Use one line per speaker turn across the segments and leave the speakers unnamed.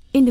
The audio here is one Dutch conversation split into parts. verscheen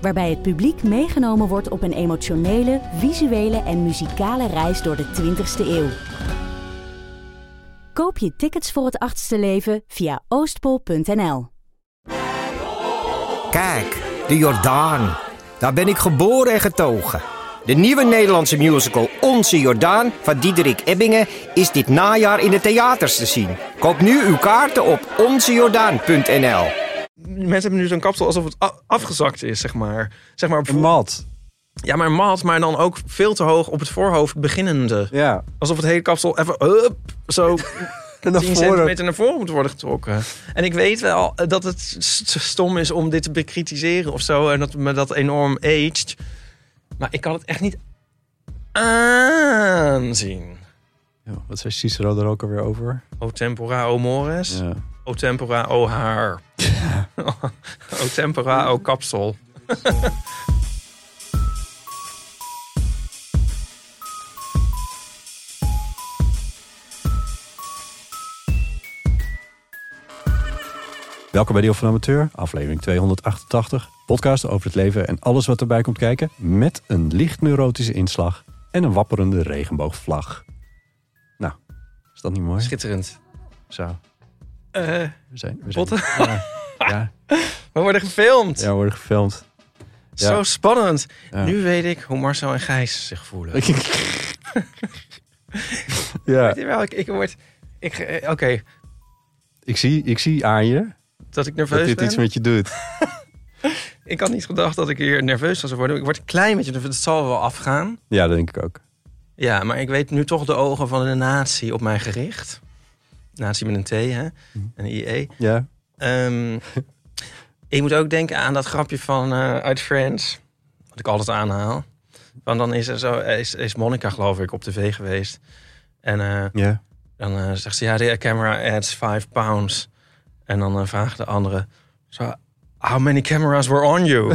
Waarbij het publiek meegenomen wordt op een emotionele, visuele en muzikale reis door de 20ste eeuw. Koop je tickets voor het achtste leven via oostpol.nl.
Kijk, de Jordaan. Daar ben ik geboren en getogen. De nieuwe Nederlandse musical Onze Jordaan van Diederik Ebbingen is dit najaar in de theaters te zien. Koop nu uw kaarten op onzejordaan.nl.
Mensen hebben nu zo'n kapsel alsof het a- afgezakt is, zeg maar. Zeg maar
Een
bijvoorbeeld-
mat.
ja, maar mat, maar dan ook veel te hoog op het voorhoofd beginnende.
Ja.
Alsof het hele kapsel even hup, zo 10 centimeter naar voren moet worden getrokken. En ik weet wel eh, dat het st- stom is om dit te bekritiseren of zo. En dat me dat enorm aged. Maar ik kan het echt niet aanzien.
Ja, wat zei Cicero er ook alweer over?
O tempora, o mores.
Ja.
O tempora, o haar. o tempora, o kapsel.
Welkom bij Deel van Amateur, aflevering 288. Podcast over het leven en alles wat erbij komt kijken. Met een licht neurotische inslag en een wapperende regenboogvlag. Nou, is dat niet mooi?
Schitterend.
Zo.
Eh,
We zijn, we zijn,
Potten.
ja, ja,
we worden gefilmd.
ja, we worden gefilmd. ja.
Zo spannend.
Ja.
Nu weet ik hoe Marcel en Gijs zich voelen.
ja,
Weet je wel, ik, ik word... Ik, eh, Oké,
ik zie, ik zie aan je
dat ik
dat
nerveus
dit
ben.
iets met je doet.
Ik had niet gedacht dat ik hier nerveus zou worden. Ik word een klein beetje nerveus. Het zal wel afgaan.
Ja, dat denk ik ook.
Ja, maar ik weet nu toch de ogen van de natie op mij gericht. Natie met een T, hè?
Mhm.
Een E. IE.
Ja,
Ehm, ik moet ook denken aan dat grapje van eh, uit Friends. Wat ik altijd aanhaal. Want dan is, er zo, is, is Monica, geloof ik, op tv geweest. En eh,
ja.
dan eh, zegt ze, ja, de camera adds 5 pounds. En dan eh, vraagt de andere, zo, how many cameras were on you?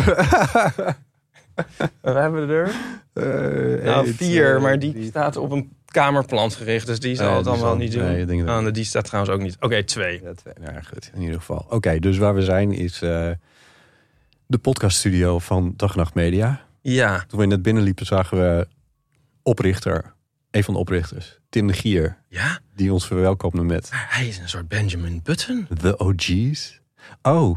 We hebben er
Eh,
nou, vier, maar die, staat op een kamerplant gericht. Dus die zal
ja,
het
die
dan wel
zal-
niet
nee, ik denk
doen.
het ook
Ah, die staat trouwens ook niet. Oké, twee.
Ja, twee. Nou ja, goed. In ieder geval. Oké, dus waar we zijn is eh, de podcaststudio van Dag en Nacht Media.
Ja,
Toen we net binnenliepen zagen we oprichter, een van de oprichters, Tim de Gier,
ja.
die ons verwelkomde met
Maar hij is een soort Benjamin Button.
The OG's. Oh,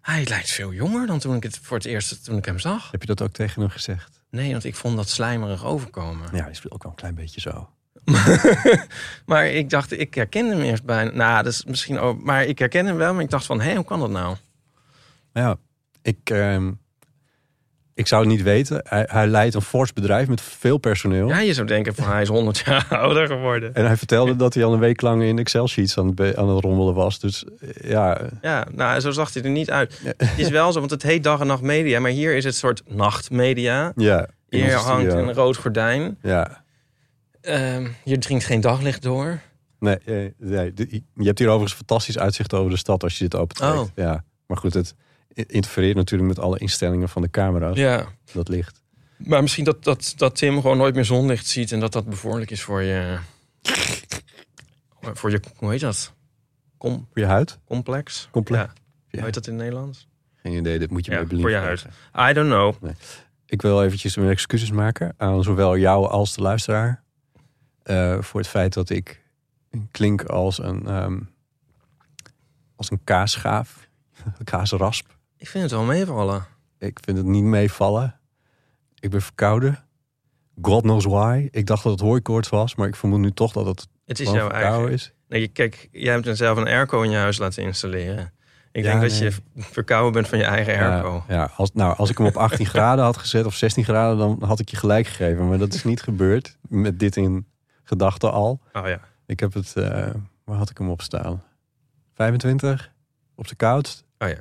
Hij lijkt veel jonger dan toen ik het voor het eerst toen ik hem zag.
heb je dat ook tegen hem gezegd?
Nee, want ik vond dat slijmerig overkomen.
Ja, hij is ook wel een klein beetje zo.
maar ik dacht, ik herkende hem eerst bijna. Nou, dat is misschien ook. Maar ik herkende hem wel, maar ik dacht van, hé, hoe kan dat nou?
Maar Nou ja, ik, ehm, ik zou het niet weten. Hij, hij leidt een fors bedrijf met veel personeel.
Ja, je zou denken van, hij is 100 jaar ouder geworden.
En hij vertelde dat hij al een week lang in Excel-sheets aan het, be- aan het rommelen was. Dus eh, ja,
Ja, nou, zo zag hij er niet uit. Het is wel zo, want het heet dag en nacht media. Maar hier is het soort nachtmedia.
ja. in
Hier
onze
hangt
studio.
een rood gordijn.
Ja.
Ehm, je dringt geen daglicht door.
Nee, eh, nee, de- je hebt hier overigens fantastisch uitzicht over de stad als je dit opentreedt.
Oh.
Ja, maar goed, het i- interfereert natuurlijk met alle instellingen van de camera's.
Ja.
Dat licht.
Maar misschien dat, dat, dat Tim gewoon nooit meer zonlicht ziet en dat dat bevorderlijk is voor je. voor je, hoe heet dat? Com,
Voor je huid?
complex?
Complex.
Ja. Hoe heet dat in het Nederlands?
Geen idee, dit moet je
Ja,
bij Belien
voor je
vragen.
I don't know.
Ik wil eventjes mijn excuses maken aan zowel jou als de luisteraar. eh, voor het feit dat ik klink als een, ehm als een kaasschaaf. Een kaasrasp.
Ik vind het wel meevallen.
Ik vind het niet meevallen. Ik ben verkouden. God knows why. Ik dacht dat het hooikoorts was, maar ik vermoed nu toch dat het
Het is
gewoon
jouw
verkouden
eigen.
is.
Nee, je- kijk, jij hebt dan zelf een airco in je huis laten installeren. Ik
Ja,
denk dat
nee.
je verkouden bent van je eigen airco.
Ja, ja als, nou, als ik hem op 18 graden had gezet of 16 graden, dan had ik je gelijk gegeven. Maar dat is niet gebeurd met dit in gedachten al.
Oh ja.
Ik heb het, eh, waar had ik hem op staan? 25 op de koudst.
Oh ja.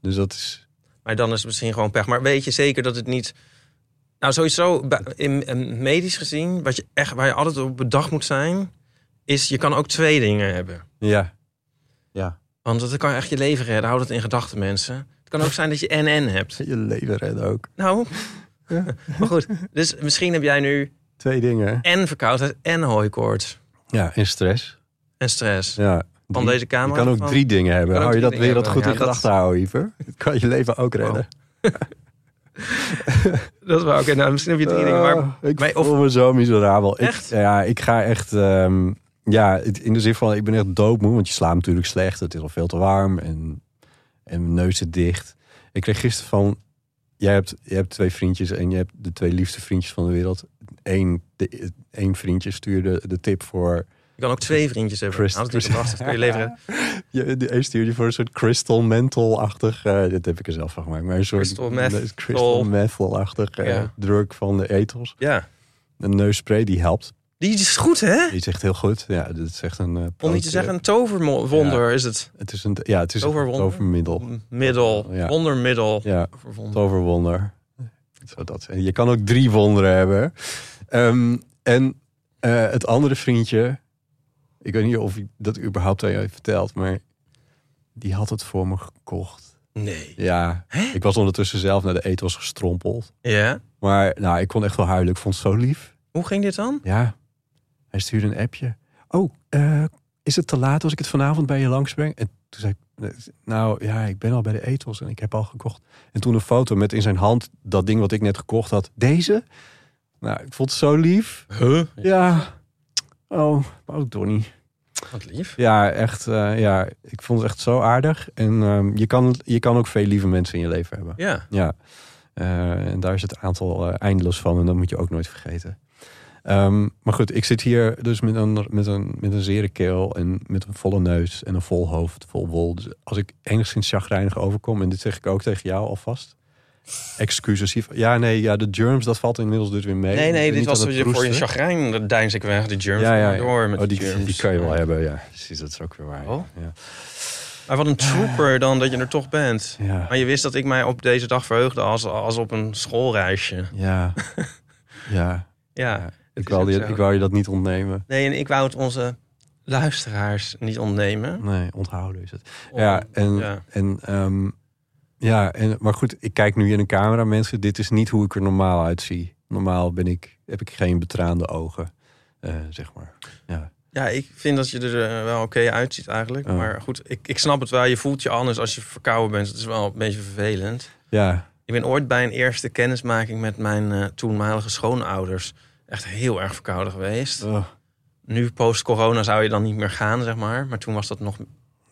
Dus dat is,
Maar dan is het misschien gewoon pech. Maar weet je zeker dat het niet Nou, sowieso, bij- in, in medisch gezien, wat je echt, waar je altijd op bedacht moet zijn, is je kan ook twee dingen hebben.
Ja. Ja.
Want dat kan echt je leven redden. Houd het in gedachten, mensen. Het kan ook zijn dat je NN hebt.
Je leven redden ook.
Nou, maar goed. Dus misschien heb jij nu
Twee dingen.
en verkoudheid en hooikoorts
Ja, en stress.
en stress.
Ja.
Van
Drie-
deze kamer.
Je kan ook
Van-
drie dingen hebben.
kan ook
Hou je
drie
dat
dingen
weer dat
hebben. Ja,
goed in
dat-
gedachten houden, Ieper? Het kan je leven ook
Wow.
redden.
Dat wel. Oké, nou, misschien heb je drie dingen. Maar
Ah, ik
maar- of-
voel me zo miserabel.
Echt?
Ik, ja, ik ga echt... ehm, ja, het- in de zin van, ik ben echt doodmoe. Want je slaapt natuurlijk slecht. Het is al veel te warm. En, en mijn neus zit dicht. Ik kreeg gisteren van... Jij hebt, je hebt twee vriendjes en je hebt de twee liefste vriendjes van de wereld. Eén de- één vriendje stuurde de tip voor...
je kan ook twee vriendjes hebben. Nou,
Chris-
Houd het in
Chris-
gedachten. het kan je leven redden.
Ja, de een stuurde voor een soort crystal mental-achtig. eh, dit heb ik er zelf van gemaakt. Maar een soort
Crystal meth. oh.
nee, crystal mental-achtig eh,
Ja.
drug van de ethos.
Ja.
Een neusspray die helpt.
Die is goed, hè?
Die is echt heel goed. Ja, dat is echt een. eh,
Om niet
product,
te
eh,
zeggen, een toverwonder is het.
Het is een. Ja, het is een
Toverwonder?
tovermiddel.
Middel.
Ja.
Wondermiddel.
Ja,
Verwonder.
toverwonder. Zo dat. En je kan ook drie wonderen hebben. Ehm, en eh, het andere vriendje. Ik weet niet of ik dat überhaupt aan jou heb verteld, maar die had het voor me gekocht.
Nee.
Ja, ik was ondertussen zelf naar de ethos gestrompeld.
Ja?
Maar nou, ik kon echt wel huilen. Ik vond het zo lief.
Hoe ging dit dan?
Ja, hij stuurde een appje. Oh, eh, is het te laat als ik het vanavond bij je langs breng? En toen zei ik, nou ja, ik ben al bij de ethos en ik heb al gekocht. En toen een foto met in zijn hand dat ding wat ik net gekocht had. Deze? Nou, ik vond het zo lief.
Huh?
Ja. Oh, oh Donnie.
Wat lief.
Ja, echt. eh, ja, ik vond het echt zo aardig. En ehm, je, kan, je kan ook veel lieve mensen in je leven hebben.
Ja.
Ja, Eh, en daar is het aantal eh, eindeloos van en dat moet je ook nooit vergeten. Ehm, maar goed, ik zit hier dus met een, met, een, met een zere keel en met een volle neus en een vol hoofd, vol wol. Dus als ik enigszins chagrijnig overkom, en dit zeg ik ook tegen jou alvast. Excuses hiervoor. Ja, nee, ja, de germs, dat valt inmiddels dus weer mee.
Nee, nee,
Ik ben
dit
niet
was
aan
voor
het
je, voor je
proesten.
chagrijn. Dat deins ik weg, de germs.
Ja, ja, ja.
Door met de
oh, die,
germs.
die kan je wel hebben, ja. Precies, dat is ook weer waar.
Oh.
Ja.
Maar wat een trooper dan dat je er toch bent.
Ja.
Maar je wist dat ik mij op deze dag verheugde als, als op een schoolreisje.
Ja. ja.
Ja.
Ja,
het
Ik,
is
wou
ook
je,
zo.
ik wou je dat niet ontnemen.
Nee, en ik wou het onze luisteraars niet ontnemen.
Nee, onthouden is het.
Om-
ja, en,
ja.
en ehm, ja, en, maar goed, ik kijk nu in een camera, mensen. Dit is niet hoe ik er normaal uitzie. Normaal ben ik, heb ik geen betraande ogen, eh, zeg maar. Ja,
Ja, ik vind dat je er eh, wel oké uitziet eigenlijk.
Oh.
Maar goed, ik, ik snap het wel. Je voelt je anders als je verkouden bent. Het is wel een beetje vervelend.
ja,
Ik ben ooit bij een eerste kennismaking met mijn eh, toenmalige schoonouders echt heel erg verkouden geweest.
Oh,
Nu post-corona zou je dan niet meer gaan, zeg maar. Maar toen was dat nog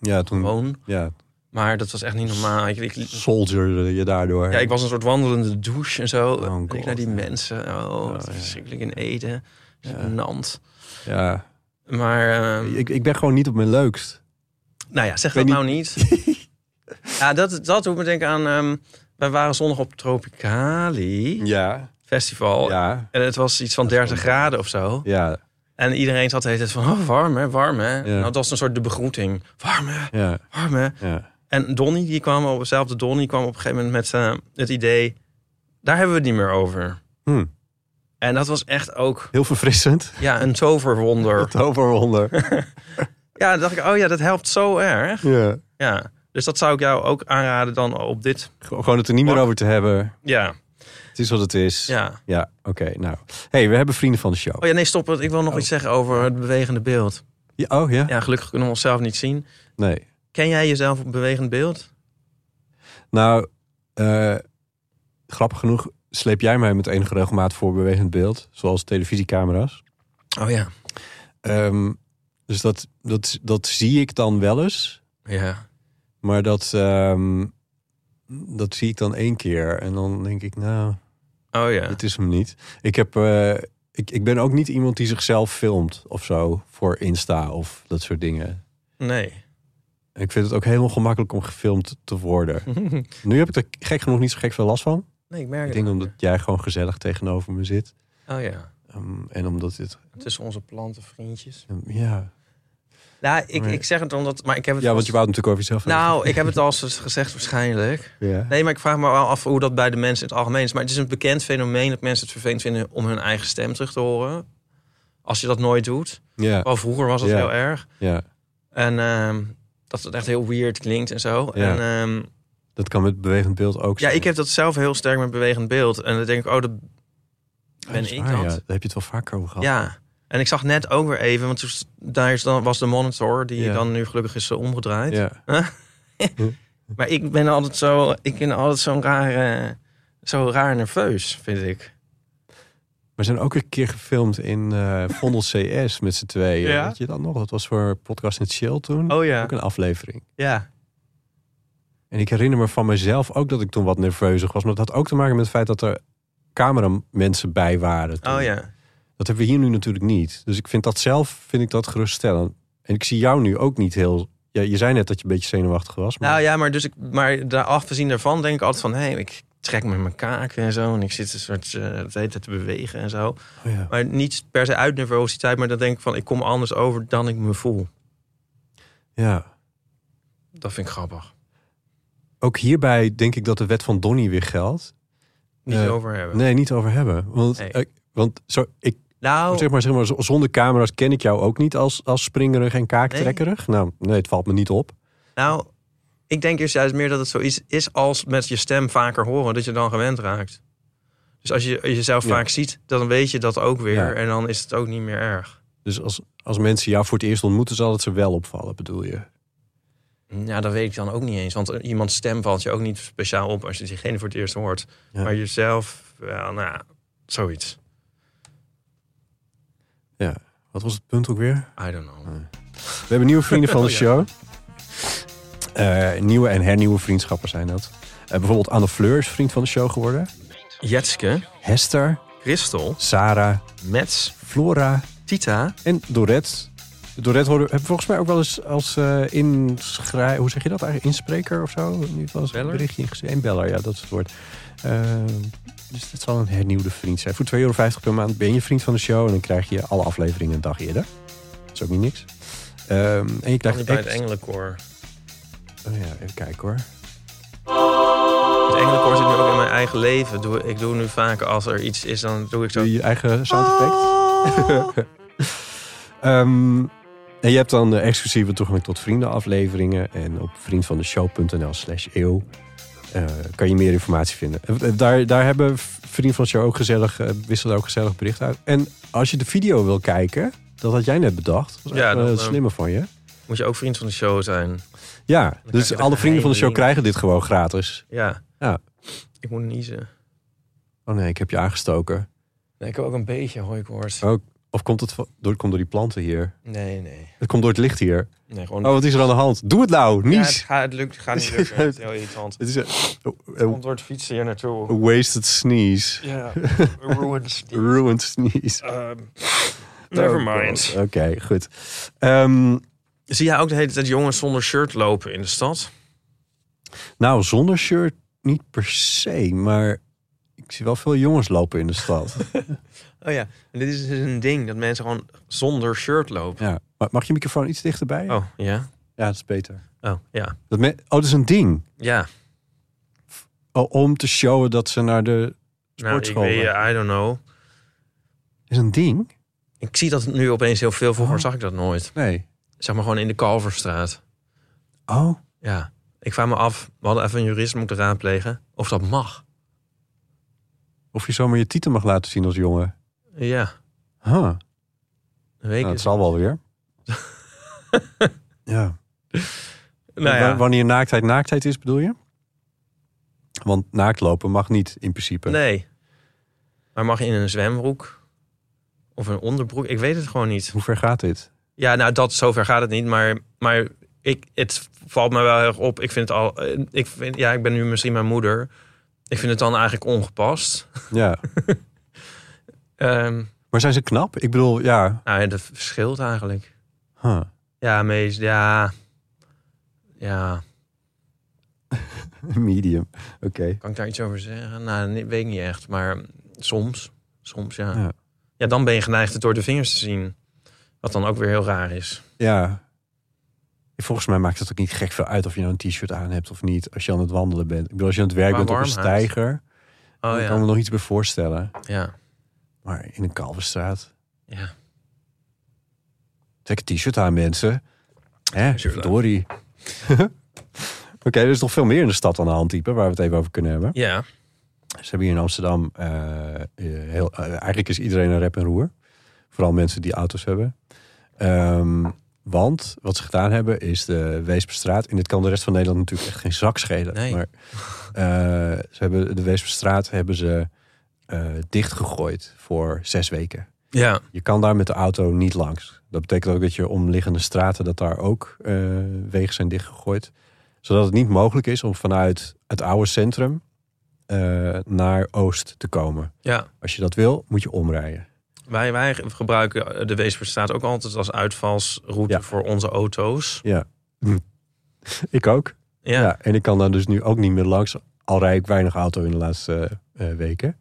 ja toen
gewoon.
ja,
Maar dat was echt niet normaal. Ik, ik,
soldierde je daardoor.
ja, ik was een soort wandelende douche en zo.
Oh,
en ik
God.
naar die mensen. Oh, wat
ja.
verschrikkelijk in Ede.
Ja.
Nant.
Ja,
Maar, eh,
ik, ik ben gewoon niet op mijn leukst.
nou ja, zeg
weet
dat nou niet. ja, dat, dat doet me denken aan... ehm, wij waren zondag op Tropicali
Ja,
Festival.
ja,
En het was iets van 30 graden of zo.
ja,
En iedereen zat de hele tijd van, oh, warm hè, warm hè. Nou, dat was een soort de begroeting. Warm hè,
ja,
warm hè.
ja.
En Donnie, die kwam op hetzelfde Donnie, kwam op een gegeven moment met eh, het idee, daar hebben we het niet meer over.
Hm,
En dat was echt ook
heel verfrissend.
ja, een toverwonder.
Het overwonder.
Ja, dan dacht ik, oh ja, dat helpt zo erg.
ja.
Ja, dus dat zou ik jou ook aanraden dan op dit.
Gewoon het er niet meer over te hebben.
Ja,
Het is wat het is.
ja.
Ja, oké. nou, hey, we hebben vrienden van de show.
Oh ja, nee, stop. want Ik wil nog
Oh.
iets zeggen over het bewegende beeld.
Ja, oh ja?
Ja, gelukkig kunnen we onszelf niet zien.
Nee.
Ken jij jezelf op bewegend beeld?
Nou, eh, grappig genoeg sleep jij mij met enige regelmaat voor bewegend beeld. Zoals televisiecamera's.
Oh ja.
Ehm, dus dat, dat, dat zie ik dan wel eens.
Ja.
Maar dat, ehm, dat zie ik dan één keer. En dan denk ik, nou,
Oh ja.
Het is hem niet. Ik, heb, eh, ik, ik ben ook niet iemand die zichzelf filmt of zo voor Insta of dat soort dingen.
Nee.
En ik vind het ook heel ongemakkelijk om gefilmd te worden. Nu heb ik er gek genoeg niet zo gek veel last van.
Nee, ik merk
Ik
het.
denk omdat jij gewoon gezellig tegenover me zit.
Oh ja,
Ehm, en omdat dit...
tussen onze plantenvriendjes.
ehm, ja.
Nou, ik, ik zeg het omdat... Maar ik heb het
Ja,
vast-
want je wou het natuurlijk over jezelf hebben.
Nou, ik heb het al eens gezegd waarschijnlijk.
Ja.
Nee, maar ik vraag me wel af hoe dat bij de mensen in het algemeen is. Maar het is een bekend fenomeen dat mensen het vervelend vinden om hun eigen stem terug te horen. Als je dat nooit doet.
Ja,
Wel vroeger was dat
Ja.
heel erg.
ja,
En ehm, dat het echt heel weird klinkt en zo.
Ja.
En, ehm,
dat kan met bewegend beeld ook
ja,
zijn.
ik heb dat zelf heel sterk met bewegend beeld. En dan denk ik, oh, dat
Oh,
ben
is
ik
waar,
dat.
Ja. Daar heb je het wel vaker over gehad.
Ja, en ik zag net ook weer even, want toen s- daar is dan, was de monitor, die
Ja.
dan nu gelukkig is eh, omgedraaid.
Ja.
Maar ik ben altijd zo, ik ben altijd zo'n raar, eh, zo raar nerveus, vind ik.
We zijn ook een keer gefilmd in eh Vondel CS met z'n tweeën.
Ja.
Weet je dat nog? Dat was voor Podcast in het Chill toen.
Oh ja,
Ook een aflevering.
ja.
En ik herinner me van mezelf ook dat ik toen wat nerveuzig was. Maar dat had ook te maken met het feit dat er cameramensen bij waren. toen.
Oh ja.
Dat hebben we hier nu natuurlijk niet. Dus ik vind dat zelf vind ik dat geruststellend. En ik zie jou nu ook niet heel... Ja, je zei net dat je een beetje zenuwachtig was. Maar...
Nou ja, maar, dus ik, maar daar afgezien daarvan denk ik altijd van... hé, hey, ik trek met mijn kaken en zo... en ik zit een soort eh de hele tijd te bewegen en zo.
Oh ja.
Maar niet per se uit nervositeit... maar dan denk ik van, ik kom anders over dan ik me voel.
ja.
Dat vind ik grappig.
Ook hierbij denk ik dat de wet van Donnie weer geldt.
Niet
Eh,
over hebben.
Nee, niet over hebben. Want,
Nee.
ik- want zo, ik,
Nou,
zeg, maar, zeg maar, z- zonder camera's ken ik jou ook niet als, als springerig en kaaktrekkerig. Nou, nee, het valt me niet op.
nou, ik denk eerst juist meer dat het zoiets is... als met je stem vaker horen, dat je dan gewend raakt. Dus als je jezelf
Ja.
vaak ziet, dan weet je dat ook weer...
Ja.
en dan is het ook niet meer erg.
Dus als, als mensen jou voor het eerst ontmoeten, zal het ze wel opvallen, bedoel je?
Ja, dat weet ik dan ook niet eens. Want eh, iemands stem valt je ook niet speciaal op als je diegene voor het eerst hoort.
Ja.
Maar jezelf, wel, nou, ja, zoiets.
Wat was het punt ook weer?
I don't know.
We hebben nieuwe vrienden van de
Oh, ja.
show. Eh, nieuwe en hernieuwe vriendschappen zijn dat. Eh, bijvoorbeeld Anne Fleur is vriend van de show geworden.
Jetske,
Hester,
Christel,
Sarah,
Mets,
Flora
Tita.
en Dorette. Dorette hoorde, heb volgens mij ook wel eens als eh inschrij... Hoe zeg je dat eigenlijk? Inspreker of zo? In ieder geval is een
Beller?
berichtje ingezien. Een beller, ja, dat is het woord. Eh, dus dat zal een hernieuwde vriend zijn. Voor 2,50 euro per maand ben je vriend van de show... en dan krijg je alle afleveringen een dag eerder. Dat is ook niet niks. Ehm, en
Dat
je krijgt
bij het
ex-
Engelenkoor.
Oh ja, even kijken hoor.
Het Engelenkoor zit nu ook in mijn eigen leven. Doe, ik doe nu vaak als er iets is, dan doe ik zo. Ah. Oh.
Doe je je eigen sound effect. Ehm, en je hebt dan eh, exclusieve toegang tot vriendenafleveringen. En op vriendvandeshow.nl slash eeuw eh, kan je meer informatie vinden. Eh, eh, Daar, daar hebben v- vrienden van de show ook gezellig, eh, wisselen ook gezellig bericht uit. En als je de video wil kijken, dat had jij net bedacht. Dat was
Ja,
ja,
dat,
een
ehm,
slimme van je.
Moet je ook vriend van de show zijn?
Ja,
krijg
dus
je de
alle vrienden van de show
geheime
krijgen dit gewoon gratis.
Ja.
Ja.
Ik moet niezen.
Oh nee, ik heb je aangestoken.
Nee, ik heb ook een beetje hooikoorts.
Oh. Of komt het van- door, komt door die planten hier?
Nee, nee.
Het komt door het licht hier.
Nee, gewoon...
Oh, wat is er aan de hand? Doe het nou,
Ja,
nies!
het, gaat, het lukt, het gaat niet lukken. Het is heel irritant.
Het is een,
Het
een
komt door het fietsen hier
Oh.
naartoe.
wasted sneeze.
Ja, ruins.
Ruined sneeze.
Ah, Ehm, never
Oh,
mind.
God. Oké, goed. Ehm,
Zie jij ook de hele tijd jongens zonder shirt lopen in de stad?
nou, zonder shirt niet per se, maar ik zie wel veel jongens lopen in de stad.
Oh ja, en dit is dus een ding dat mensen gewoon zonder shirt lopen.
ja. Maar mag je microfoon iets dichterbij?
Oh ja,
Ja, dat is beter.
oh ja,
Dat me- oh, dat is een ding.
ja. Nou,
Oh, om te showen dat ze naar de
Nou, ik
sportschool
weet,
gaan.
eh, I don't know.
Is een ding?
Ik zie dat nu opeens heel veel. Vroeger
Oh.
zag ik dat nooit.
Nee.
Zeg maar gewoon in de Kalverstraat.
Oh,
Ja, ik vraag me af. We hadden even een jurist moeten raadplegen of dat mag.
of je zomaar je titel mag laten zien als jongen.
Ja,
Huh. Nou,
dat weet ik.
dat
dus.
zal wel weer. ja.
Nou ja.
Wa- Wanneer naaktheid naaktheid is, bedoel je? Want naakt lopen mag niet in principe.
Nee. Maar mag je in een zwembroek of een onderbroek? Ik weet het gewoon niet.
Hoe ver gaat dit?
Ja, nou, dat zover gaat het niet. Maar, maar ik, het valt me wel heel erg op. Ik vind het al. eh, Ik vind, ja, ik ben nu misschien mijn moeder. Ik vind het dan eigenlijk ongepast.
Ja.
Ehm
Maar zijn ze knap? Ik bedoel, ja.
nou, ja, dat verschilt eigenlijk.
Huh.
Ja, meest. Ja. Ja.
Medium. Oké.
Kan ik daar iets over zeggen? Nou, nee, weet ik niet echt. Maar soms. Soms, ja.
Ja.
ja. dan ben je geneigd het door de vingers te zien. Wat dan ook weer heel raar is.
Ja. Volgens mij maakt het ook niet gek veel uit of je nou een t-shirt aan hebt of niet. Als je aan het wandelen bent. Ik bedoel, als je aan het werk
Maar
bent op een
warm houdt.
steiger.
Oh
dan kan ik me
ja.
nog iets bij voorstellen.
Ja.
Maar in een Kalverstraat.
ja.
Trek een t-shirt aan, mensen. Hè,
T-shirt aan.
verdorie. Oké, er is nog veel meer in de stad aan de hand, type, waar we het even over kunnen hebben.
Ja.
Ze hebben hier in Amsterdam, eh, eh, heel, eh, eigenlijk is iedereen een rep en roer. Vooral mensen die auto's hebben. Ehm, want wat ze gedaan hebben is de Weesperstraat. En dit kan de rest van Nederland natuurlijk echt geen zak schelen.
Nee.
Maar eh, ze hebben de Weesperstraat hebben ze eh, dichtgegooid voor zes weken.
Ja.
Je kan daar met de auto niet langs. Dat betekent ook dat je omliggende straten, dat daar ook eh, wegen zijn dichtgegooid. Zodat het niet mogelijk is om vanuit het oude centrum eh, naar Oost te komen.
Ja.
Als je dat wil, moet je omrijden.
Wij, wij gebruiken eh, de Weesperstraat ook altijd als uitvalsroute
Ja.
voor onze auto's.
Hm. Ik ook. Ja.
Ja. Ja.
en ik kan daar dus nu ook niet meer langs. Al rijd ik weinig auto in de laatste eh, eh, weken.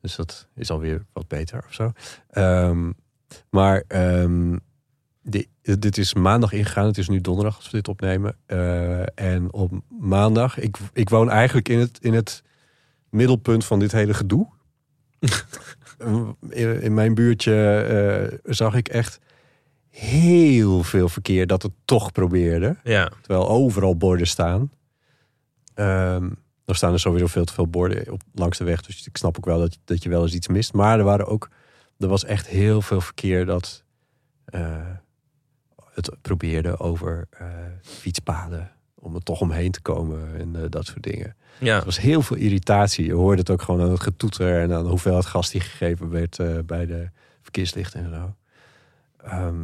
Dus dat is alweer wat beter of zo. Ehm, maar ehm, di- dit is maandag ingegaan. Het is nu donderdag als we dit opnemen. Eh, en op maandag... Ik, ik woon eigenlijk in het, in het middelpunt van dit hele gedoe. in, in mijn buurtje eh, zag ik echt heel veel verkeer dat het toch probeerde. Terwijl overal borden staan. Ehm dan staan er sowieso veel te veel borden op, langs de weg. Dus ik snap ook wel dat, dat je wel eens iets mist. Maar er, waren ook, er was echt heel veel verkeer dat eh, het probeerde over eh, fietspaden. Om er toch omheen te komen en eh, dat soort dingen.
Ja.
Er was heel veel irritatie. Je hoorde het ook gewoon aan het getoeter en aan de hoeveelheid gas die gegeven werd eh, bij de verkeerslichten en zo. Ehm,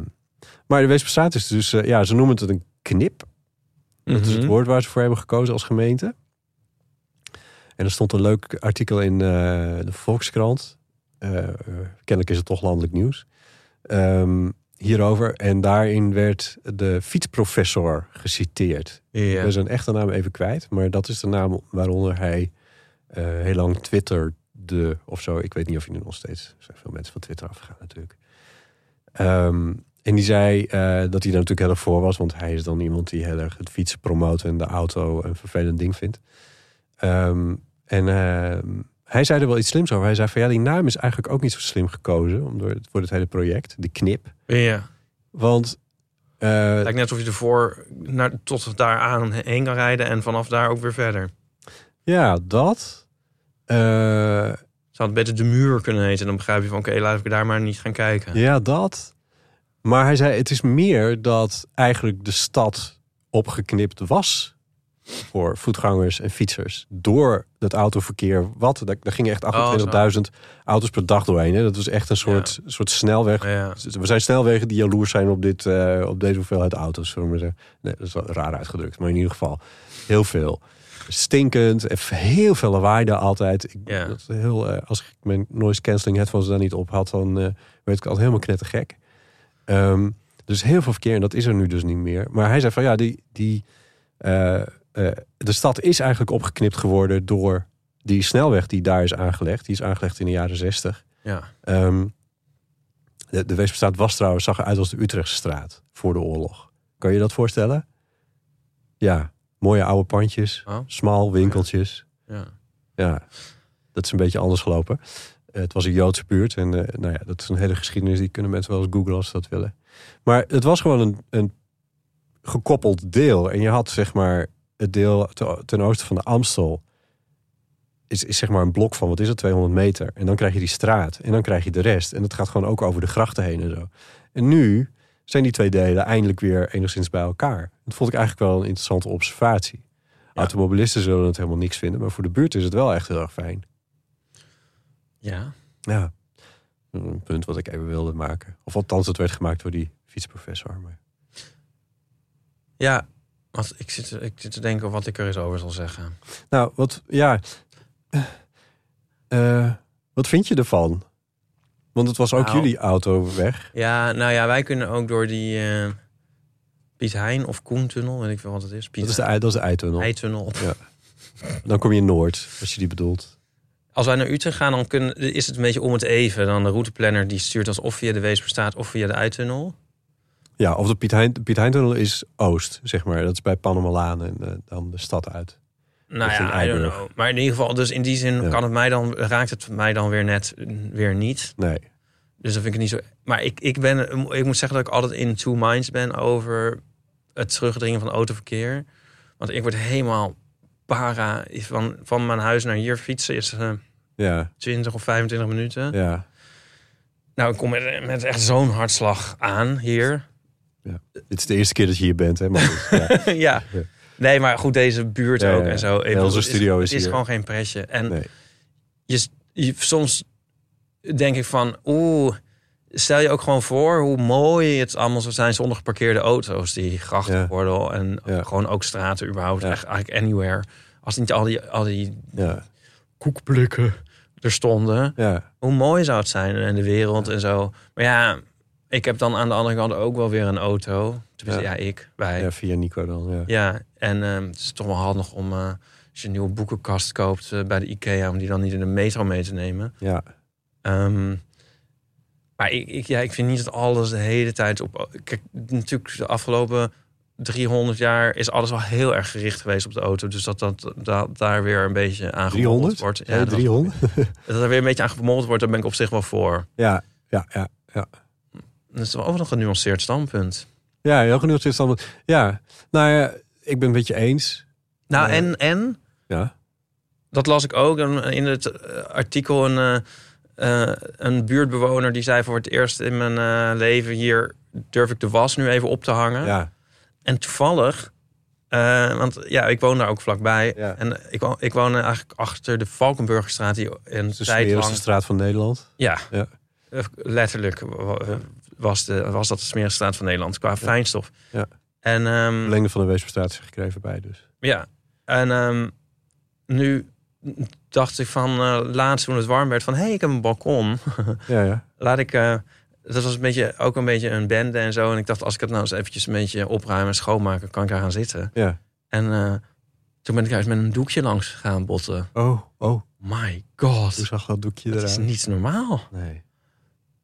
maar de Weesperstraat is dus, eh, ja, ze noemen het een knip. Dat is het
Mhm.
woord waar ze voor hebben gekozen als gemeente. En er stond een leuk artikel in eh, de Volkskrant. Eh, eh, kennelijk is het toch landelijk nieuws. Ehm, hierover. En daarin werd de fietsprofessor geciteerd. Ik
Ja.
ben zijn echte naam even kwijt. Maar dat is de naam waaronder hij eh, heel lang twitterde of zo. Ik weet niet of hij nu nog steeds... Er zijn veel mensen van Twitter afgegaan natuurlijk. Ehm, en die zei eh, dat hij daar natuurlijk heel erg voor was. Want hij is dan iemand die heel erg het fietsen promoot en de auto een vervelend ding vindt. Ehm, en ehm, hij zei er wel iets slims over. Hij zei van ja, die naam is eigenlijk ook niet zo slim gekozen. om door- Voor het hele project, de knip.
Ja.
Want... eh,
Lijkt net alsof je ervoor naar, tot daar aan heen kan rijden en vanaf daar ook weer verder.
ja, dat... eh,
Zou het beter de muur kunnen heten? Dan begrijp je van, oké, laat ik daar maar niet gaan kijken.
Ja, dat. Maar hij zei, het is meer dat eigenlijk de stad opgeknipt was voor voetgangers en fietsers door dat autoverkeer. Wat? Daar daar gingen echt 28.000 auto's per dag doorheen. Hè? Dat was echt een soort, soort snelweg.
Ja.
Dus Er zijn snelwegen die jaloers zijn op, dit, eh, op deze hoeveelheid auto's. zullen we maar zeggen. Nee, dat is wel raar uitgedrukt, maar in ieder geval heel veel. Stinkend, en heel veel lawaai daar altijd. Ik,
Ja.
dat is heel, eh, als ik mijn noise cancelling headphones daar niet op had, dan eh, werd ik al helemaal knettergek. Ehm, dus heel veel verkeer en dat is er nu dus niet meer. Maar hij zei van ja, die, die, eh, eh, de stad is eigenlijk opgeknipt geworden door die snelweg die daar is aangelegd. Die is aangelegd in de jaren zestig.
Ja.
Ehm, de, de Weesperstraat was trouwens, zag eruit als de Utrechtse straat voor de oorlog. Kan je dat voorstellen? Ja, mooie oude pandjes,
Oh.
smal winkeltjes.
Ja.
Ja, dat is een beetje anders gelopen. Eh, Het was een Joodse buurt en eh, nou ja, dat is een hele geschiedenis. Die kunnen mensen wel eens googlen als ze dat willen. Maar het was gewoon een, een gekoppeld deel. En je had zeg maar het deel te- ten oosten van de Amstel. Is, is zeg maar een blok van, wat is het, 200 meter. En dan krijg je die straat en dan krijg je de rest. En dat gaat gewoon ook over de grachten heen en zo. En nu zijn die twee delen eindelijk weer enigszins bij elkaar. Dat vond ik eigenlijk wel een interessante observatie. Automobilisten zullen het helemaal niks vinden, maar voor de buurt is het wel echt heel erg fijn.
Ja.
Ja. Een punt wat ik even wilde maken. Of althans, het werd gemaakt door die fietsprofessor. Maar...
Ja. Want ik zit, ik zit te denken wat ik er eens over zal zeggen.
Nou, wat, ja. Eh, wat vind je ervan? Want het was ook
Nou.
jullie auto weg.
Ja, nou ja, wij kunnen ook door die eh, Piet Hein of Koentunnel, weet ik veel wat het is. Piet
Dat is de, ei- dat is de eitunnel.
Heitunnel.
Dan kom je in Noord, als je die bedoelt.
Als wij naar Utrecht gaan, dan kunnen, is het een beetje om het even. Dan de routeplanner die stuurt ons of via de Weesperstaat of via de Eitunnel.
Ja, of de Piet Hein, de Piet Heintunnel is oost, zeg maar. Dat is bij Panamalaan en eh, dan de stad uit.
Nou
Richting
ja, I don't
Eiburg.
know. Maar in ieder geval, dus in die zin
Ja.
kan het mij dan, raakt het mij dan weer net eh, weer niet.
Nee.
Dus dat vind ik niet zo. Maar ik, ik, ben, ik moet zeggen dat ik altijd in two minds ben over het terugdringen van autoverkeer. Want ik word helemaal para. Van, van mijn huis naar hier fietsen is eh,
Ja,
20 of 25 minuten.
ja.
Nou, ik kom met, met echt zo'n hartslag aan hier.
Dit is de eerste keer dat je hier bent, hè? Maar goed, ja.
ja.
Ja.
Nee, maar goed, deze buurt
Ja,
ook
ja, ja.
en zo. Ik
Ja,
bedoel,
onze
het
studio is
Het is
hier.
gewoon geen pretje. En
Nee.
je, je- soms denk ik van, oeh, stel je ook gewoon voor hoe mooi het allemaal zou zijn zonder geparkeerde auto's, die grachtengordel en
Ja.
gewoon ook straten überhaupt,
Ja.
echt, eigenlijk anywhere. Als niet al die, al die
Ja,
koekblikken er stonden,
ja.
hoe mooi zou het zijn en de wereld en zo. Maar ja, ik heb dan aan de andere kant ook wel weer een auto. Tenminste, ja,
Ja.
ik, wij.
ja via Nico dan. Ja.
Ja, en ehm, het is toch wel handig om eh, als je een nieuwe boekenkast koopt eh, bij de IKEA, om die dan niet in de metro mee te nemen.
Ja.
Ehm, maar ik, ik, ja, ik vind niet dat alles de hele tijd op. Kijk, natuurlijk, de afgelopen 300 jaar is alles wel heel erg gericht geweest op de auto. Dus dat, dat, dat daar weer een beetje aan gemoddeld
300?
wordt.
Ja,
dat-
300?
Dat, er weer een beetje aan gemoddeld wordt, daar ben ik op zich wel voor.
Ja, ja, ja.
Dat is wel ook nog een genuanceerd standpunt.
Ja, heel genoeg zit dan. Ja, nou ja, ik ben het met je eens.
Nou,
Ja.
en, en
Ja.
Dat las ik ook en in het eh, artikel. Een, eh, eh, een buurtbewoner die zei voor het eerst in mijn eh, leven hier durf ik de was nu even op te hangen.
Ja,
En toevallig, eh, want ja, ik woon daar ook vlakbij.
Ja.
En ik, wo- ik woon eh, eigenlijk achter de Valkenburgerstraat die een
het is de
tijd lang...
smerigste straat van Nederland.
Ja,
Ja.
Eh, letterlijk wa- eh, was, de, was dat de smerigste straat van Nederland qua fijnstof.
Ja.
En, ehm,
De lengte van de Weesperstraat is gekregen bij dus.
ja, en ehm, nu dacht ik van eh, laatst toen het warm werd van... hé, hey, ik heb een balkon.
Ja, ja.
Laat ik... eh, dat was een beetje, ook een beetje een bende en zo. En ik dacht, als ik het nou eens eventjes een beetje opruimen en schoonmaken... kan ik daar gaan zitten.
Ja.
En eh, toen ben ik juist met een doekje langs gaan botten.
Oh, oh.
My
Hoe
god,
zag dat doekje
dat is
eruit?
niet normaal.
Nee.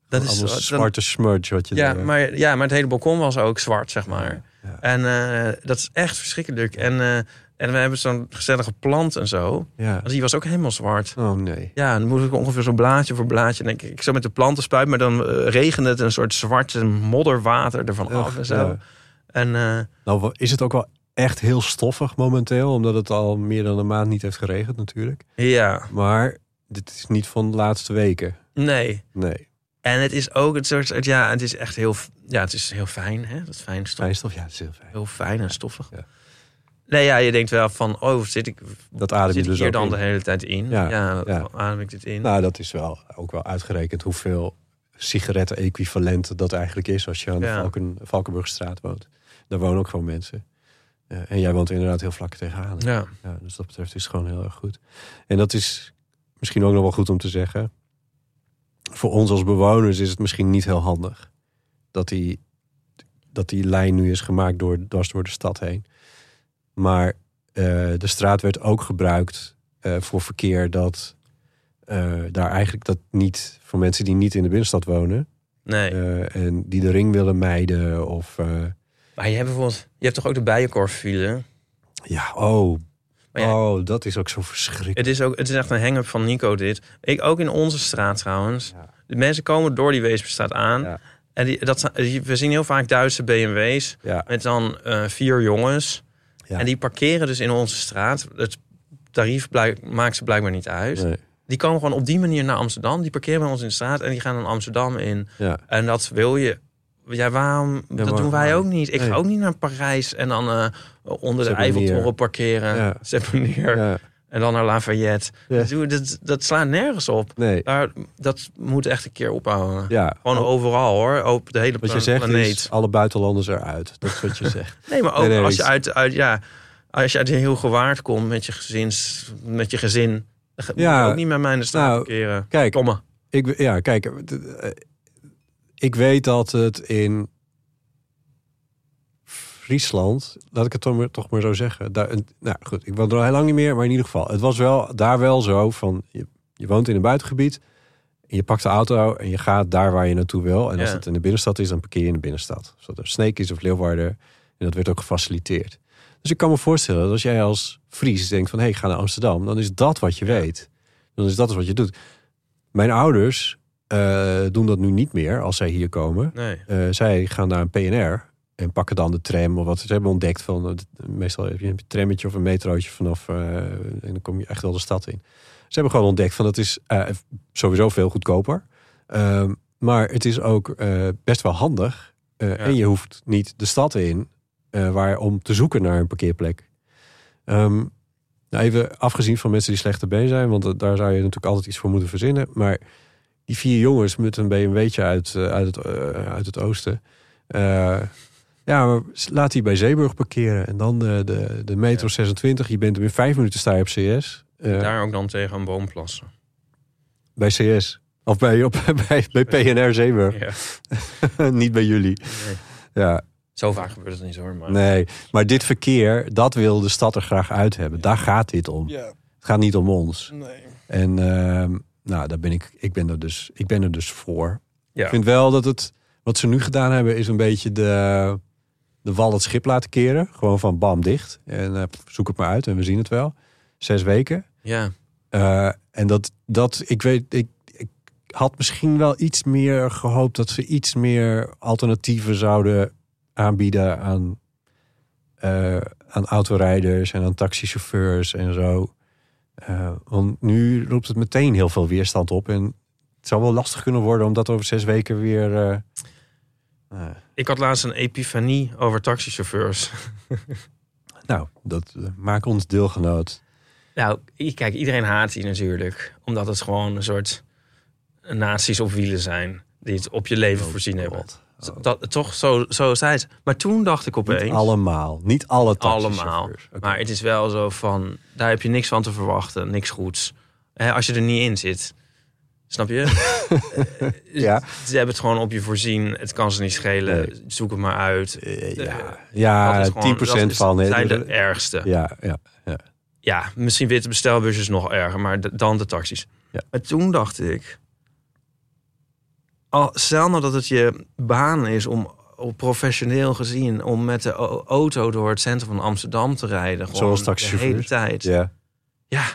Dat
Allemaal
is
een
dan-
zwarte smudge wat je
Ja
daar-
maar, ja, maar het hele balkon was ook zwart, zeg maar.
Ja.
En eh, dat is echt verschrikkelijk. En, eh, en we hebben zo'n gezellige plant en zo. Dus
Ja.
Die was ook helemaal zwart.
Oh nee.
Ja, dan moet ik ongeveer zo'n blaadje voor blaadje. En ik, ik zo met de planten spuiten, maar dan eh, regende het een soort zwarte modderwater ervan af en
Ugh,
zo.
ja.
En eh,
Nou wa- is het ook wel echt heel stoffig momenteel, omdat het al meer dan een maand niet heeft geregend natuurlijk.
ja,
Maar dit is niet van de laatste weken.
nee.
Nee.
En het is ook het soort, het- ja, het is echt heel, f- ja, het is heel fijn, hè? Dat fijn stof.
Fijnstof, ja, dat is heel fijn.
Heel fijn en stoffig.
Ja.
Nee, ja, je denkt wel van, oh, zit ik,
Dat adem je
zit ik
dus
hier
ook
dan
in.
de hele tijd in? Ja,
Ja,
dan
ja.
adem ik dit in?
Nou, dat is wel ook wel uitgerekend hoeveel sigaretten-equivalent dat eigenlijk is als je aan de
Ja.
Valken, Valkenburgstraat woont. Daar wonen ook gewoon mensen. Eh, en jij woont inderdaad heel vlak tegenaan.
ja.
Ja, dus dat betreft is het gewoon heel erg goed. En dat is misschien ook nog wel goed om te zeggen. Voor ons als bewoners is het misschien niet heel handig dat die, dat die lijn nu is gemaakt door, dwars door de stad heen. Maar eh, de straat werd ook gebruikt eh, voor verkeer dat eh, daar eigenlijk dat niet voor mensen die niet in de binnenstad wonen
nee.
eh, en die de ring willen mijden of eh,
Maar je hebt bijvoorbeeld, je hebt toch ook de bijenkorffile?
ja oh
Maar ja,
oh dat is ook zo verschrikkelijk.
Het is, ook, het is echt een hang-up van Nico dit. Ik, ook in onze straat trouwens.
Ja.
De mensen komen door die Weesperstraat aan.
Ja.
En die, dat, zijn- die- we zien heel vaak Duitse BMW's
Ja,
met dan eh, vier jongens.
Ja.
En die parkeren dus in onze straat. Het tarief blijk- maakt ze blijkbaar niet uit.
nee,
Die komen gewoon op die manier naar Amsterdam. Die parkeren bij ons in de straat en die gaan dan Amsterdam in.
ja.
En dat wil je. Ja, waarom? dat
waarom-
doen wij ook niet. Ik
Nee.
ga ook niet naar Parijs en dan eh, onder de
Zeppelin.
Eiffeltoren parkeren.
Ja.
Zeppelin.
ja.
En dan naar Lafayette.
Ja.
Dat, doe- dat, dat slaat nergens op.
Nee.
Daar, dat moet echt een keer ophouden.
Ja.
Gewoon overal hoor. Op de hele
Wat je
pla-
zegt
planeet.
is alle buitenlanders eruit. Dat is wat je zegt.
Nee, maar ook
Nee, nee,
als, je
eens.
uit, uit, ja, als je uit een heel gewaard komt met je, gezins, met je gezin. dan ga- moet je
Ja.
ook niet met mij in de straat
Nou,
parkeren.
Kijk,
Domme.
ik, ja, kijk, eh, ik weet dat het in Friesland, laat ik het toch maar, toch maar zo zeggen. Daar, een- nou goed, ik woon er al heel lang niet meer, maar in ieder geval, het was wel daar wel zo van, je, je woont in een buitengebied En je pakt de auto en je gaat daar waar je naartoe wil. En als
Ja.
het in de binnenstad is, dan parkeer je in de binnenstad. Zodat er Sneek is of Leeuwarden. En dat werd ook gefaciliteerd. Dus ik kan me voorstellen dat als jij als Fries denkt van... hé, hey, ik ga naar Amsterdam, dan is dat wat je weet. Dan is dat is wat je doet. Mijn ouders eh, doen dat nu niet meer als zij hier komen.
Nee.
Eh, zij gaan naar een PNR en pakken dan de tram of wat ze hebben ontdekt. Van, eh, d- meestal heb je een trammetje of een metrootje vanaf eh, en dan kom je echt wel de stad in. Ze hebben gewoon ontdekt van dat is eh, sowieso veel goedkoper. Ehm, maar het is ook eh, best wel handig. Eh, En je hoeft niet de stad in eh, waar, om te zoeken naar een parkeerplek. Ehm, nou even afgezien van mensen die slecht erbij zijn, want eh, daar zou je natuurlijk altijd iets voor moeten verzinnen. Maar die vier jongens met een BMW'tje uit, eh, uit, het, eh, uit het oosten. Eh, ja, maar s- laat die bij Zeeburg parkeren. En dan de, de, de metro 26. Je bent hem in vijf minuten sta je op CS. Eh,
Daar ook dan tegen een boom plassen.
Bij CS. Of bij, op, bij, bij PNR Zeeburg.
Ja.
Niet bij jullie.
Nee.
Ja,
Zo vaak gebeurt het niet hoor. Maar...
nee. Maar dit verkeer, dat wil de stad er graag uit hebben. Daar gaat dit om.
Ja,
Het gaat niet om ons.
nee.
En ehm, nou, daar ben ik, ik, ben er dus, ik ben er dus voor.
Ja.
Ik vind wel dat het, wat ze nu gedaan hebben, is een beetje de, de wal het schip laten keren. Gewoon van bam, dicht. En eh, zoek het maar uit en we zien het wel. Zes weken.
Ja.
Eh, en dat, dat, ik weet, ik, ik had misschien wel iets meer gehoopt dat ze iets meer alternatieven zouden aanbieden aan, eh, aan autorijders en aan taxichauffeurs en zo. Eh, want nu roept het meteen heel veel weerstand op. En het zou wel lastig kunnen worden om dat over zes weken weer. eh, eh,
Ik had laatst een epifanie over taxichauffeurs.
nou, dat eh, maakt ons deelgenoot.
Nou, i- kijk, iedereen haat die natuurlijk. Omdat het gewoon een soort nazi's op wielen zijn. Die het op je
Oh,
leven voorzien hebben. Z- Dat, toch, zo, zo zei ze. Maar toen dacht ik
Niet
opeens...
allemaal. Niet alle
allemaal.
taxichauffeurs. Oké.
Maar het is wel zo van... Daar heb je niks van te verwachten. Niks goeds. Hè, als je er niet in zit. Snap je? Eh,
Ja.
Ze hebben het gewoon op je voorzien. Het kan ze niet schelen.
Nee.
Zoek het maar uit.
Eh, ja,
Dat
ja
is gewoon-
10%
dat is-
van. dus
zijn de
het.
ergste.
ja, ja, ja.
ja, misschien witte bestelbusjes nog erger, maar d- dan de taxis.
Ja.
Maar toen dacht ik, al, stel nou dat het je baan is om om professioneel gezien om met de o- auto door het centrum van Amsterdam te rijden, gewoon
Zoals
de
taxichauffeurs.
hele tijd. Ja.
ja,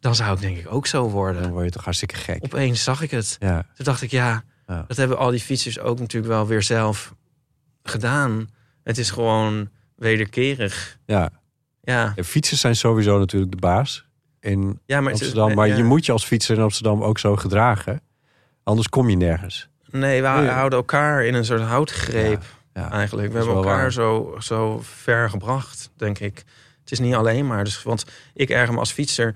dan zou ik denk ik ook zo worden.
dan word je toch hartstikke gek.
Opeens zag ik het.
Ja,
Toen dacht ik, ja,
Ja.
dat hebben al die fietsers ook natuurlijk wel weer zelf gedaan. Het is gewoon wederkerig.
ja.
Ja,
En fietsers zijn sowieso natuurlijk de baas in
ja maar, het is-
Amsterdam. Maar
ja.
je moet je als fietser in Amsterdam ook zo gedragen. Anders kom je nergens.
Nee, we
Nee.
houden elkaar in een soort houtgreep
Ja, ja.
eigenlijk. We
Dat is
hebben
wel
elkaar
waar.
zo, zo ver gebracht, denk ik. Het is niet alleen maar. Dus, want ik erger me als fietser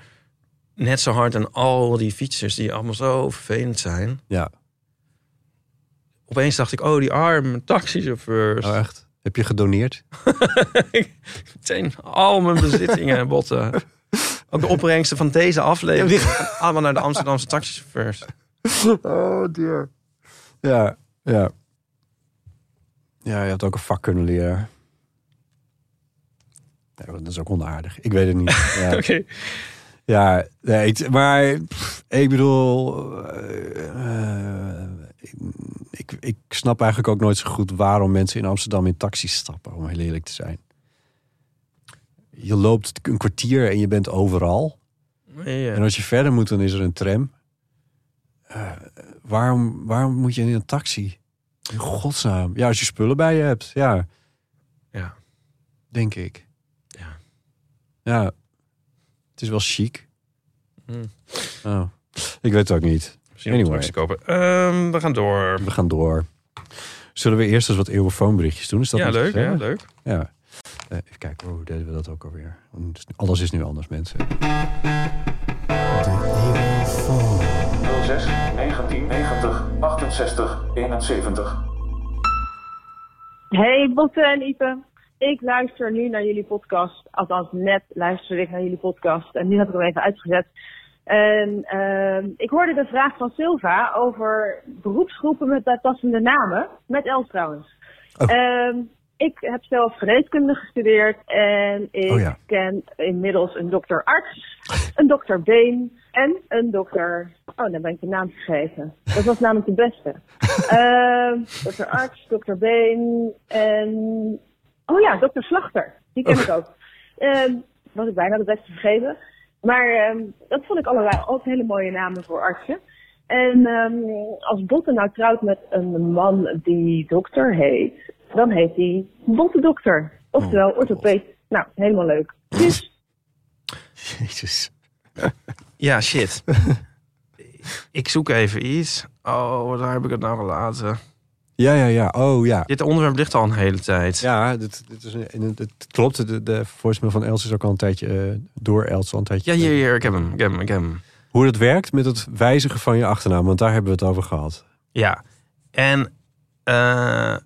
net zo hard aan al die fietsers die allemaal zo vervelend zijn.
Ja.
Opeens dacht ik, oh, die arme taxichauffeurs.
Oh, echt? Heb je gedoneerd?
Meteen al mijn bezittingen en botten. Ook de opbrengsten van deze aflevering. gaan Allemaal naar de Amsterdamse taxichauffeurs.
Oh, dear. Ja, ja. Ja, je had ook een vak kunnen leren. Ja, dat is ook onaardig. Ik weet het niet. Ja.
Oké.
Ja, nee, het- maar pff, ik bedoel, eh, eh, ik, ik snap eigenlijk ook nooit zo goed waarom mensen in Amsterdam in taxis stappen, om heel eerlijk te zijn. Je loopt een kwartier en je bent overal. En
Ja.
als je verder moet, dan is er een tram. Eh, waarom, waarom moet je in een taxi? In godsnaam. Ja, als je spullen bij je hebt. Ja,
Ja.
denk ik.
Ja.
Ja. Het is wel chic.
Hm.
Oh. Ik weet het ook niet.
Misschien moeten we
Anyway.
taxi kopen. Ehm, we gaan door.
We gaan door. Zullen we eerst eens wat eeuwenfoonberichtjes doen? Is dat
Ja,
niet
leuk. Ja,
gezellig?
leuk.
Ja. Eh, even kijken, hoe deden we dat ook alweer? Want het is nu- Alles is nu anders, mensen.
06 1990 68 71.
Hey Botte en Ipe. Ik luister nu naar jullie podcast. Althans, net luisterde ik naar jullie podcast. En nu heb ik hem even uitgezet. En ehm, ik hoorde de vraag van Silva over beroepsgroepen met bijpassende namen. Met L trouwens.
Oh.
Ehm, ik heb zelf geneeskunde gestudeerd en ik
Oh ja.
ken inmiddels een dokter arts, een dokter been en een dokter... Oh, dan ben ik de naam vergeten. Dat was namelijk de beste. Ehm, dokter arts, dokter been en... Oh ja, dokter slachter. Die ken ik ook. Ehm was ik bijna de beste vergeten. Maar ehm, dat vond ik allebei ook hele mooie namen voor artsen. En ehm, als Botte nou trouwt met een man die dokter heet, dan heet hij Bottendokter. Oftewel orthopeed. Nou, helemaal leuk. Dus
Jezus.
Ja, shit. ik zoek even iets. Oh, daar heb ik het nou gelaten?
Ja, ja, ja. Oh ja.
Dit onderwerp ligt al een hele tijd.
Ja, dit, dit is een, een- het klopt. De, de voicemail van Els is ook al een tijdje eh, door Els al een tijdje.
Ja, hier, hier. Ik heb hem. Ik heb hem. Ik heb hem.
Hoe dat werkt met het wijzigen van je achternaam, want daar hebben we het over gehad.
Ja. En eh,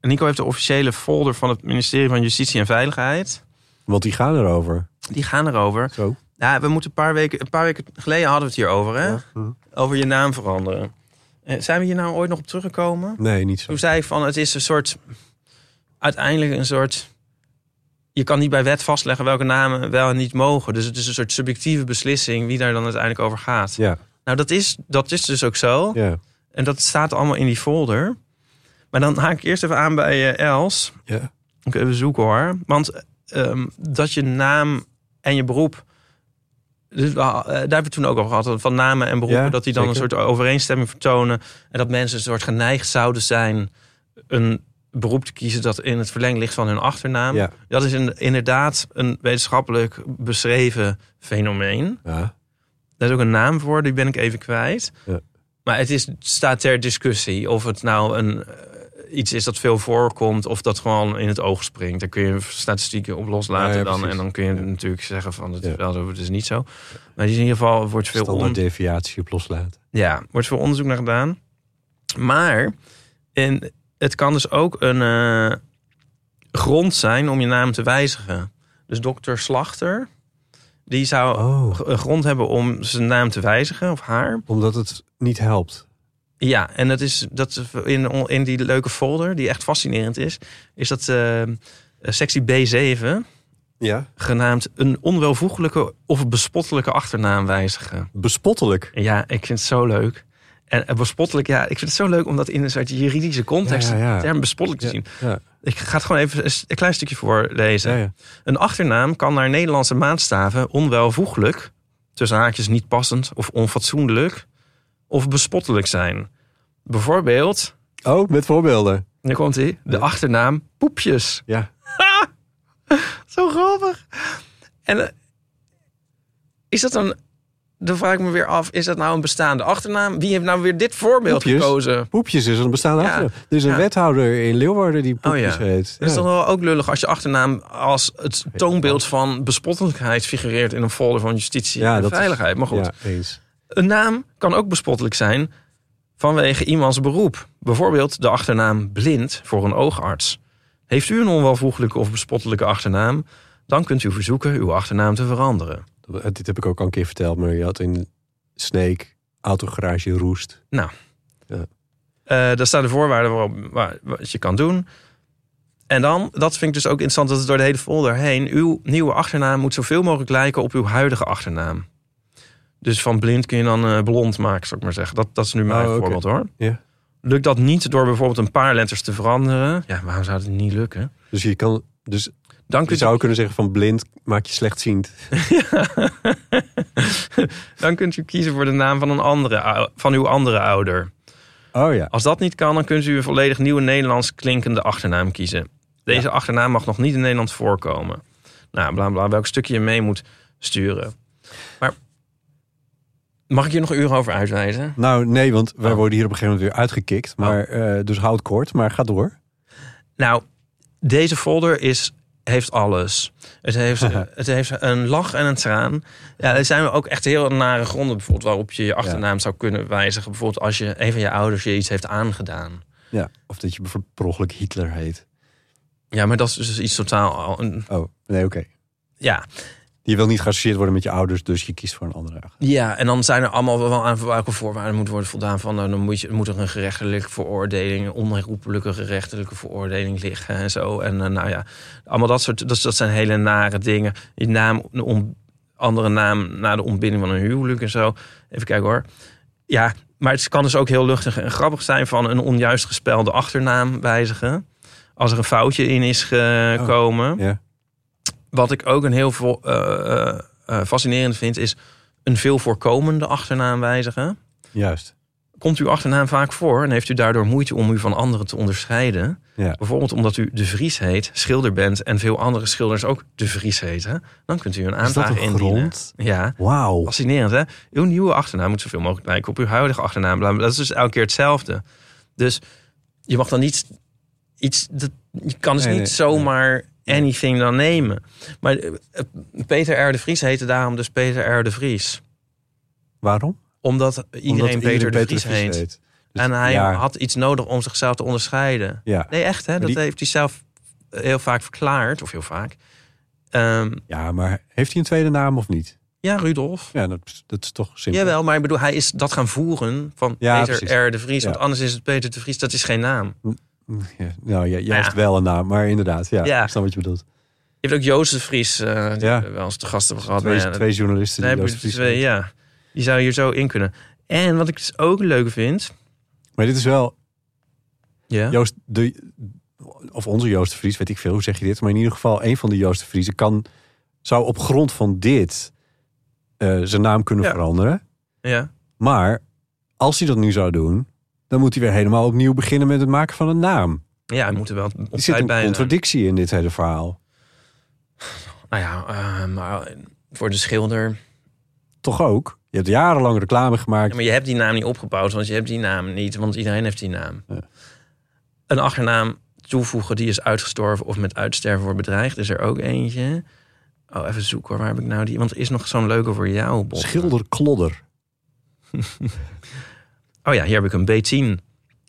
Nico heeft de officiële folder van het ministerie van Justitie en Veiligheid.
Want die gaan erover.
Die gaan erover.
Zo.
Ja, we moeten een paar weken, een paar weken geleden hadden we het hier over, hè?
Hm.
Over je naam veranderen. Eh, zijn we hier nou ooit nog op teruggekomen?
Nee, niet zo.
Toen zei ik van, het is een soort... Uiteindelijk een soort... Je kan niet bij wet vastleggen welke namen wel en niet mogen. Dus het is een soort subjectieve beslissing wie daar dan uiteindelijk over gaat.
Ja,
Nou, dat is, dat is dus ook zo.
ja.
En dat staat allemaal in die folder. Maar dan haak ik eerst even aan bij eh, Els.
ja.
Ik even zoeken hoor. Want ehm, dat je naam en je beroep... Dus, we ha- eh, daar hebben we het toen ook over gehad. Van namen en beroepen.
Ja,
dat die dan
zeker.
een soort overeenstemming vertonen. En dat mensen een soort geneigd zouden zijn... een beroep te kiezen dat in het verleng ligt van hun achternaam.
Ja.
Dat is een- inderdaad een wetenschappelijk beschreven fenomeen.
ja.
Daar is ook een naam voor, die ben ik even kwijt.
Ja.
Maar het is, het staat ter discussie of het nou een, eh, iets is dat veel voorkomt of dat gewoon in het oog springt. Daar kun je statistieken op loslaten
Ja, ja,
dan.
precies.
En dan kun je
Ja.
natuurlijk zeggen van het
Ja.
is wel zo, het is niet zo. Maar die is in ieder geval wordt veel,
Standaard
on,
deviatie op loslaten.
ja, wordt veel onderzoek naar gedaan. Maar en het kan dus ook een eh, grond zijn om je naam te wijzigen. Dus dokter Slachter, die zou
Oh,
een eh, grond hebben om zijn naam te wijzigen of haar.
omdat het niet helpt.
Ja, en dat is dat is in, in die leuke folder, die echt fascinerend is, is dat eh, sectie B7,
Ja.
genaamd een onwelvoegelijke of bespottelijke achternaam wijzigen.
Bespottelijk.
Ja, ik vind het zo leuk. En eh, bespottelijk, ja, ik vind het zo leuk om dat in een soort juridische context,
Ja, ja, ja.
de term bespottelijk te zien.
Ja,
Ik ga het gewoon even een s- een klein stukje voorlezen.
ja, ja.
Een achternaam kan naar Nederlandse maatstaven onwelvoeglijk, tussen haakjes niet passend of onfatsoenlijk, of bespottelijk zijn. Bijvoorbeeld,
Oh, met voorbeelden.
daar komt hij, de achternaam Poepjes.
Ja.
Zo grappig. En eh, is dat dan, dan vraag ik me weer af, is dat nou een bestaande achternaam? Wie heeft nou weer dit voorbeeld
Poepjes?
gekozen?
Poepjes is een bestaande
Ja.
achternaam. Er is een
Ja. Oh,
wethouder in Leeuwarden die Poepjes
ja.
heet.
Dat is
Ja.
toch wel ook lullig als je achternaam als het toonbeeld van bespottelijkheid figureert in een folder van justitie
Ja,
en
dat is-
veiligheid. Maar goed,
Ja, eens.
Een naam kan ook bespottelijk zijn vanwege iemands beroep. Bijvoorbeeld de achternaam blind voor een oogarts. Heeft u een onwelvoeglijke of bespottelijke achternaam? Dan kunt u verzoeken uw achternaam te veranderen.
Eh, Dit heb ik ook al een keer verteld, maar je had in Snake autogarage roest.
Eh daar staan de voorwaarden waarop waar- wat je kan doen. En dan, dat vind ik dus ook interessant, dat het door de hele folder heen... uw nieuwe achternaam moet zoveel mogelijk lijken op uw huidige achternaam. Dus van blind kun je dan eh, blond maken, zou ik maar zeggen. Dat, dat is nu mijn
Oh, oké.
voorbeeld, hoor.
Ja.
Lukt dat niet door bijvoorbeeld een paar letters te veranderen? Ja, waarom zou het niet lukken?
Dus je kan, dus
Dan
je
kunt,
zou kunnen zeggen van blind maak je slechtziend.
dan kunt u kiezen voor de naam van, een andere, ou- van uw andere ouder.
Oh ja.
Als dat niet kan, dan kunt u een volledig nieuwe Nederlands klinkende achternaam kiezen. Deze achternaam mag nog niet in Nederland voorkomen. Nou, bla bla, welk stukje je mee moet sturen. Maar mag ik hier nog een uur over uitweiden?
Nou nee, want wij
Oh.
worden hier op een gegeven moment weer uitgekikt. Maar, eh, dus houd kort, maar ga door.
Nou, deze folder is, heeft alles. Het heeft, het heeft een lach en een traan. Ja, er zijn ook echt heel nare gronden bijvoorbeeld waarop je je achternaam zou kunnen wijzigen. Bijvoorbeeld als je een van je ouders je iets heeft aangedaan.
Ja. Of dat je bijvoorbeeld per ongeluk Hitler heet.
Ja, maar dat is dus iets totaal. al- een-
Oh, nee oké.
Ja.
Je wil niet geassocieerd worden met je ouders, dus je kiest voor een andere agent.
Ja, en dan zijn er allemaal wel aan welke voorwaarden moet worden voldaan. Van, nou, dan moet, je, moet er een gerechtelijke veroordeling, een onherroepelijke gerechtelijke veroordeling liggen en zo. En eh, nou ja, allemaal dat soort, dat, dat zijn hele nare dingen. Je naam, een on- andere naam na de ontbinding van een huwelijk en zo. Even kijken hoor. Ja, maar het kan dus ook heel luchtig en grappig zijn van een onjuist gespelde achternaam wijzigen. Als er een foutje in is gekomen.
Ja.
Wat ik ook een heel vo- eh, eh, eh, fascinerend vind, is een veel voorkomende achternaam wijzigen.
Juist.
Komt uw achternaam vaak voor en heeft u daardoor moeite om u van anderen te onderscheiden?
Ja.
Bijvoorbeeld omdat u De Vries heet, schilder bent en veel andere schilders ook De Vries heten. Dan kunt u een
Is dat
aanvraag
een
indienen.
grond?
Ja,
Wauw.
fascinerend hè? Uw nieuwe achternaam moet zoveel mogelijk lijken op uw huidige achternaam. bla, bla. Dat is dus elke keer hetzelfde. Dus je mag dan niet iets. Dat, je kan dus
Nee,
niet
nee,
zomaar anything dan nemen. Maar eh, eh, Peter R. de Vries heette daarom dus Peter R. de Vries.
Waarom?
Omdat iedereen
Omdat
Peter de Vries heet.
Dus-
en hij
ja,
had iets nodig om zichzelf te onderscheiden.
Ja.
Nee, echt hè? Dat
die-
heeft hij zelf eh, heel vaak verklaard. Of heel vaak. Ehm,
ja, maar heeft hij een tweede naam of niet?
ja, Rudolf.
Ja, dat, dat is toch simpel.
Jawel, maar ik bedoel, hij is dat gaan voeren van
Ja,
Peter
precies.
R. de Vries.
Ja.
Want anders is het Peter de Vries, dat is geen naam.
Ja, nou, jij, jij
Ja.
heeft wel een naam, maar inderdaad. Ja,
Ja.
Ik snap wat je bedoelt.
Je hebt ook Jozef de Vries, eh, die
Ja.
we wel eens te gast hebben gehad.
Twee,
maar ja, dat-
twee journalisten
daar
die
hebben
Joost
we
Vries
twee,
heet.
ja. Die zou hier zo in kunnen. En wat ik dus ook leuk vind...
Maar dit is wel
Ja.
Joost de, of onze Joost de Vries, weet ik veel, hoe zeg je dit? Maar in ieder geval, een van de Joost de Vriezen kan, zou op grond van dit eh, zijn naam kunnen
Ja.
veranderen.
ja.
Maar als hij dat nu zou doen, dan moet hij weer helemaal opnieuw beginnen met het maken van een naam.
ja, hij moet er wel op
Er zit
tijd
een
bij. zijn.
contradictie in dit hele verhaal.
Nou ja, eh, maar voor de schilder...
Toch ook? Je hebt jarenlang reclame gemaakt.
Ja, maar je hebt die naam niet opgebouwd, want je hebt die naam niet. Want iedereen heeft die naam.
Ja.
Een achternaam toevoegen die is uitgestorven of met uitsterven wordt bedreigd. Is er ook eentje. Oh, even zoeken hoor. Waar heb ik nou die? Want er is nog zo'n leuke voor jou, Bob.
Schilder Klodder.
Oh ja, hier heb ik een B10.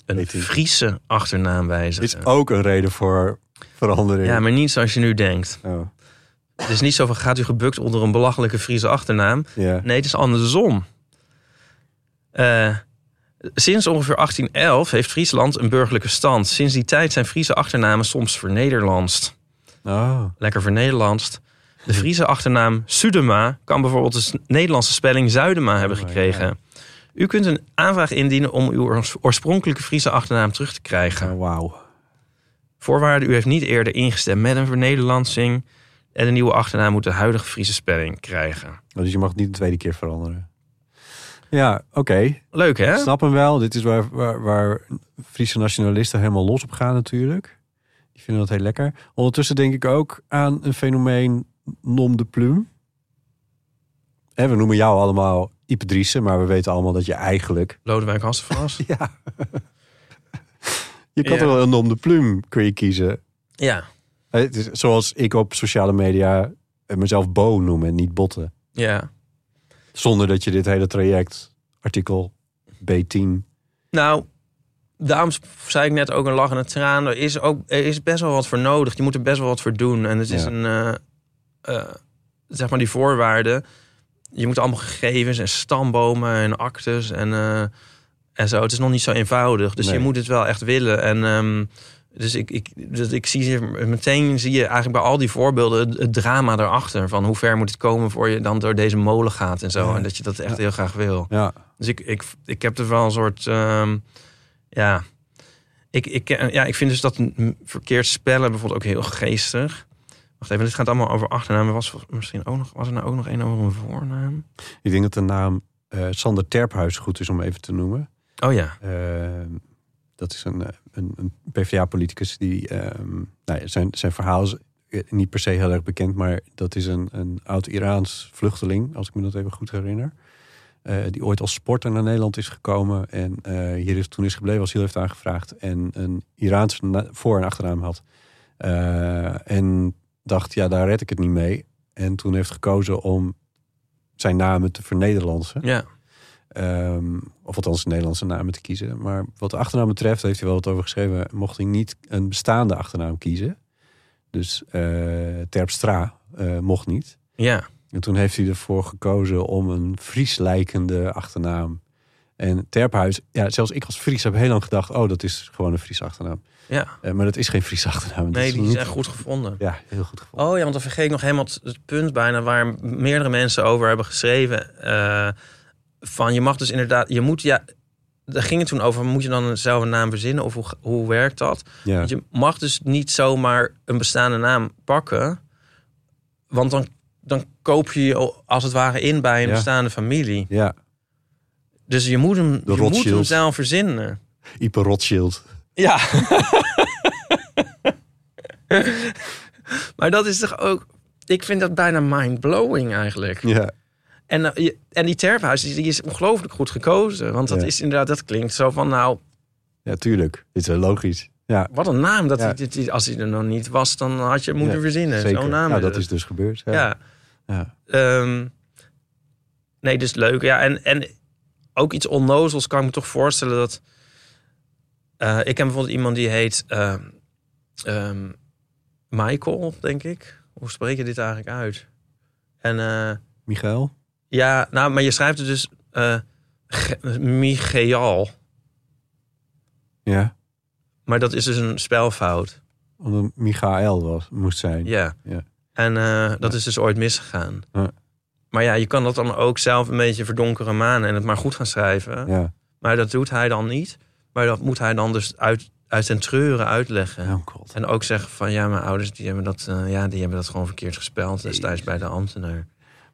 Een
B10.
Friese achternaam
Is oh.
wijzigen.
ook een reden voor verandering.
Ja, maar niet zoals je nu denkt.
Oh,
Het is niet zo van gaat u gebukt onder een belachelijke Friese achternaam.
ja.
Nee, het is andersom. Eh, sinds ongeveer 1811 heeft Friesland een burgerlijke stand. Sinds die tijd zijn Friese achternamen soms vernederlandst.
Oh,
Lekker vernederlandst. De Friese achternaam Sudema kan bijvoorbeeld de S- Nederlandse spelling Zuidema hebben
Oh, ja.
gekregen. U kunt een aanvraag indienen om uw oors- oorspronkelijke Friese achternaam terug te krijgen.
oh, wauw.
Voorwaarde, u heeft niet eerder ingestemd met een vernederlandsing. En de nieuwe achternaam moet de huidige Friese spelling krijgen.
Dus je mag het niet de tweede keer veranderen. Ja, oké.
Leuk hè?
Ik snap hem wel. Dit is waar, waar, waar Friese nationalisten helemaal los op gaan natuurlijk. Die vinden dat heel lekker. Ondertussen denk ik ook aan een fenomeen nom de plume. Hè, we noemen jou allemaal Ipedrice, maar we weten allemaal dat je eigenlijk...
Lodewijk Hasselfras.
Ja. je kan
Ja.
toch wel een nom de plume kun je kiezen.
ja,
Hè, Het is zoals ik op sociale media eh, mezelf Bo noem en niet Botten.
ja.
Zonder dat je dit hele traject, artikel B10...
Nou, daarom zei ik net ook een lach en een traan. Er is, ook, er is best wel wat voor nodig. Je moet er best wel wat voor doen. En het is
Ja.
een, eh, eh, zeg maar die voorwaarden. Je moet allemaal gegevens en stambomen en actes en, eh, en zo. Het is nog niet zo eenvoudig. Dus
Nee.
je moet het wel echt willen. En ehm, dus ik, ik, dat, ik zie hier- meteen zie je eigenlijk bij al die voorbeelden het, het drama erachter. Van hoe ver moet het komen voor je dan door deze molen gaat en zo.
Ja.
En dat je dat echt heel graag wil.
Ja,
Dus ik, ik, ik heb er wel een soort. ehm, ja. Ik, ik, ja, ik vind dus dat een verkeerd spellen bijvoorbeeld ook heel geestig. Wacht even, dit gaat allemaal over achternamen. Was er misschien ook nog, was er nou ook nog een over een voornaam?
Ik denk dat de naam eh, Sander Terphuis goed is om even te noemen.
Oh ja.
Ehm, dat is een, eh, een, een PvdA-politicus die... ehm, nou ja, zijn, zijn verhaal is eh, niet per se heel erg bekend... maar dat is een, een oud-Iraans vluchteling, als ik me dat even goed herinner. eh, die ooit als sporter naar Nederland is gekomen... en eh, hier is, toen is gebleven als heel heeft aangevraagd... en een Iraans na- voor- en achternaam had. Eh, en dacht, ja, daar red ik het niet mee. En toen heeft gekozen om zijn namen te vernederlandsen.
Ja.
Ehm, of althans Nederlandse namen te kiezen. Maar wat de achternaam betreft heeft hij wel wat over geschreven. Mocht hij niet een bestaande achternaam kiezen. Dus eh Terpstra eh, mocht niet.
Ja.
En toen heeft hij ervoor gekozen om een Fries lijkende achternaam. En Terphuis, ja, zelfs ik als Fries heb heel lang gedacht, oh, dat is gewoon een Fries achternaam.
Ja.
Eh, maar dat is geen Fries achternaam. Dat
Nee, die is
een-
echt goed gevonden.
Ja, heel goed gevonden.
Oh ja, want dan vergeet ik nog helemaal het- het punt bijna waar meerdere mensen over hebben geschreven. eh, van je mag dus inderdaad, je moet ja, daar ging het toen over. Moet je dan zelf een naam verzinnen of hoe, hoe werkt dat?
ja.
Want je mag dus niet zomaar een bestaande naam pakken, want dan, dan koop je je als het ware in bij een
Ja.
bestaande familie.
ja,
Dus je moet hem, je moet hem
Rothschild.
zelf verzinnen.
Ipe Rothschild.
Ja. maar dat is toch ook. Ik vind dat bijna mind-blowing eigenlijk.
Ja,
En, eh, je- en die Terphuis die, die is ongelooflijk goed gekozen. Want dat
Ja.
is inderdaad, dat klinkt zo van. Nou,
ja tuurlijk. Dit is wel logisch. Ja,
wat een naam. Dat
Ja.
die- die- die- als hij er nog niet was, dan had je hem moeten
Ja,
verzinnen.
zeker.
Zo'n naam.
Nou,
is
dat
het.
is dus gebeurd. Ja.
Ja.
Ja.
Ehm, nee, dus leuk. Ja, en, en ook iets onnozels kan ik me toch voorstellen dat. eh, ik ken bijvoorbeeld iemand die heet ehm, ehm, Michael, denk ik. Hoe spreek je dit eigenlijk uit? En eh,
Michael?
ja, nou, maar je schrijft het dus eh Ge- Michael.
Ja.
Maar dat is dus een spelfout.
Omdat Michael was, moest zijn.
Ja.
Ja.
En eh, dat is dus ooit misgegaan.
Ja.
Maar ja, je kan dat dan ook zelf een beetje verdonkeren manen en het maar goed gaan schrijven.
Ja,
Maar dat doet hij dan niet. Maar dat moet hij dan dus uit, uit zijn treuren uitleggen.
oh god.
En ook zeggen van ja, mijn ouders die hebben dat, eh, ja, die hebben dat gewoon verkeerd gespeld destijds bij de ambtenaar.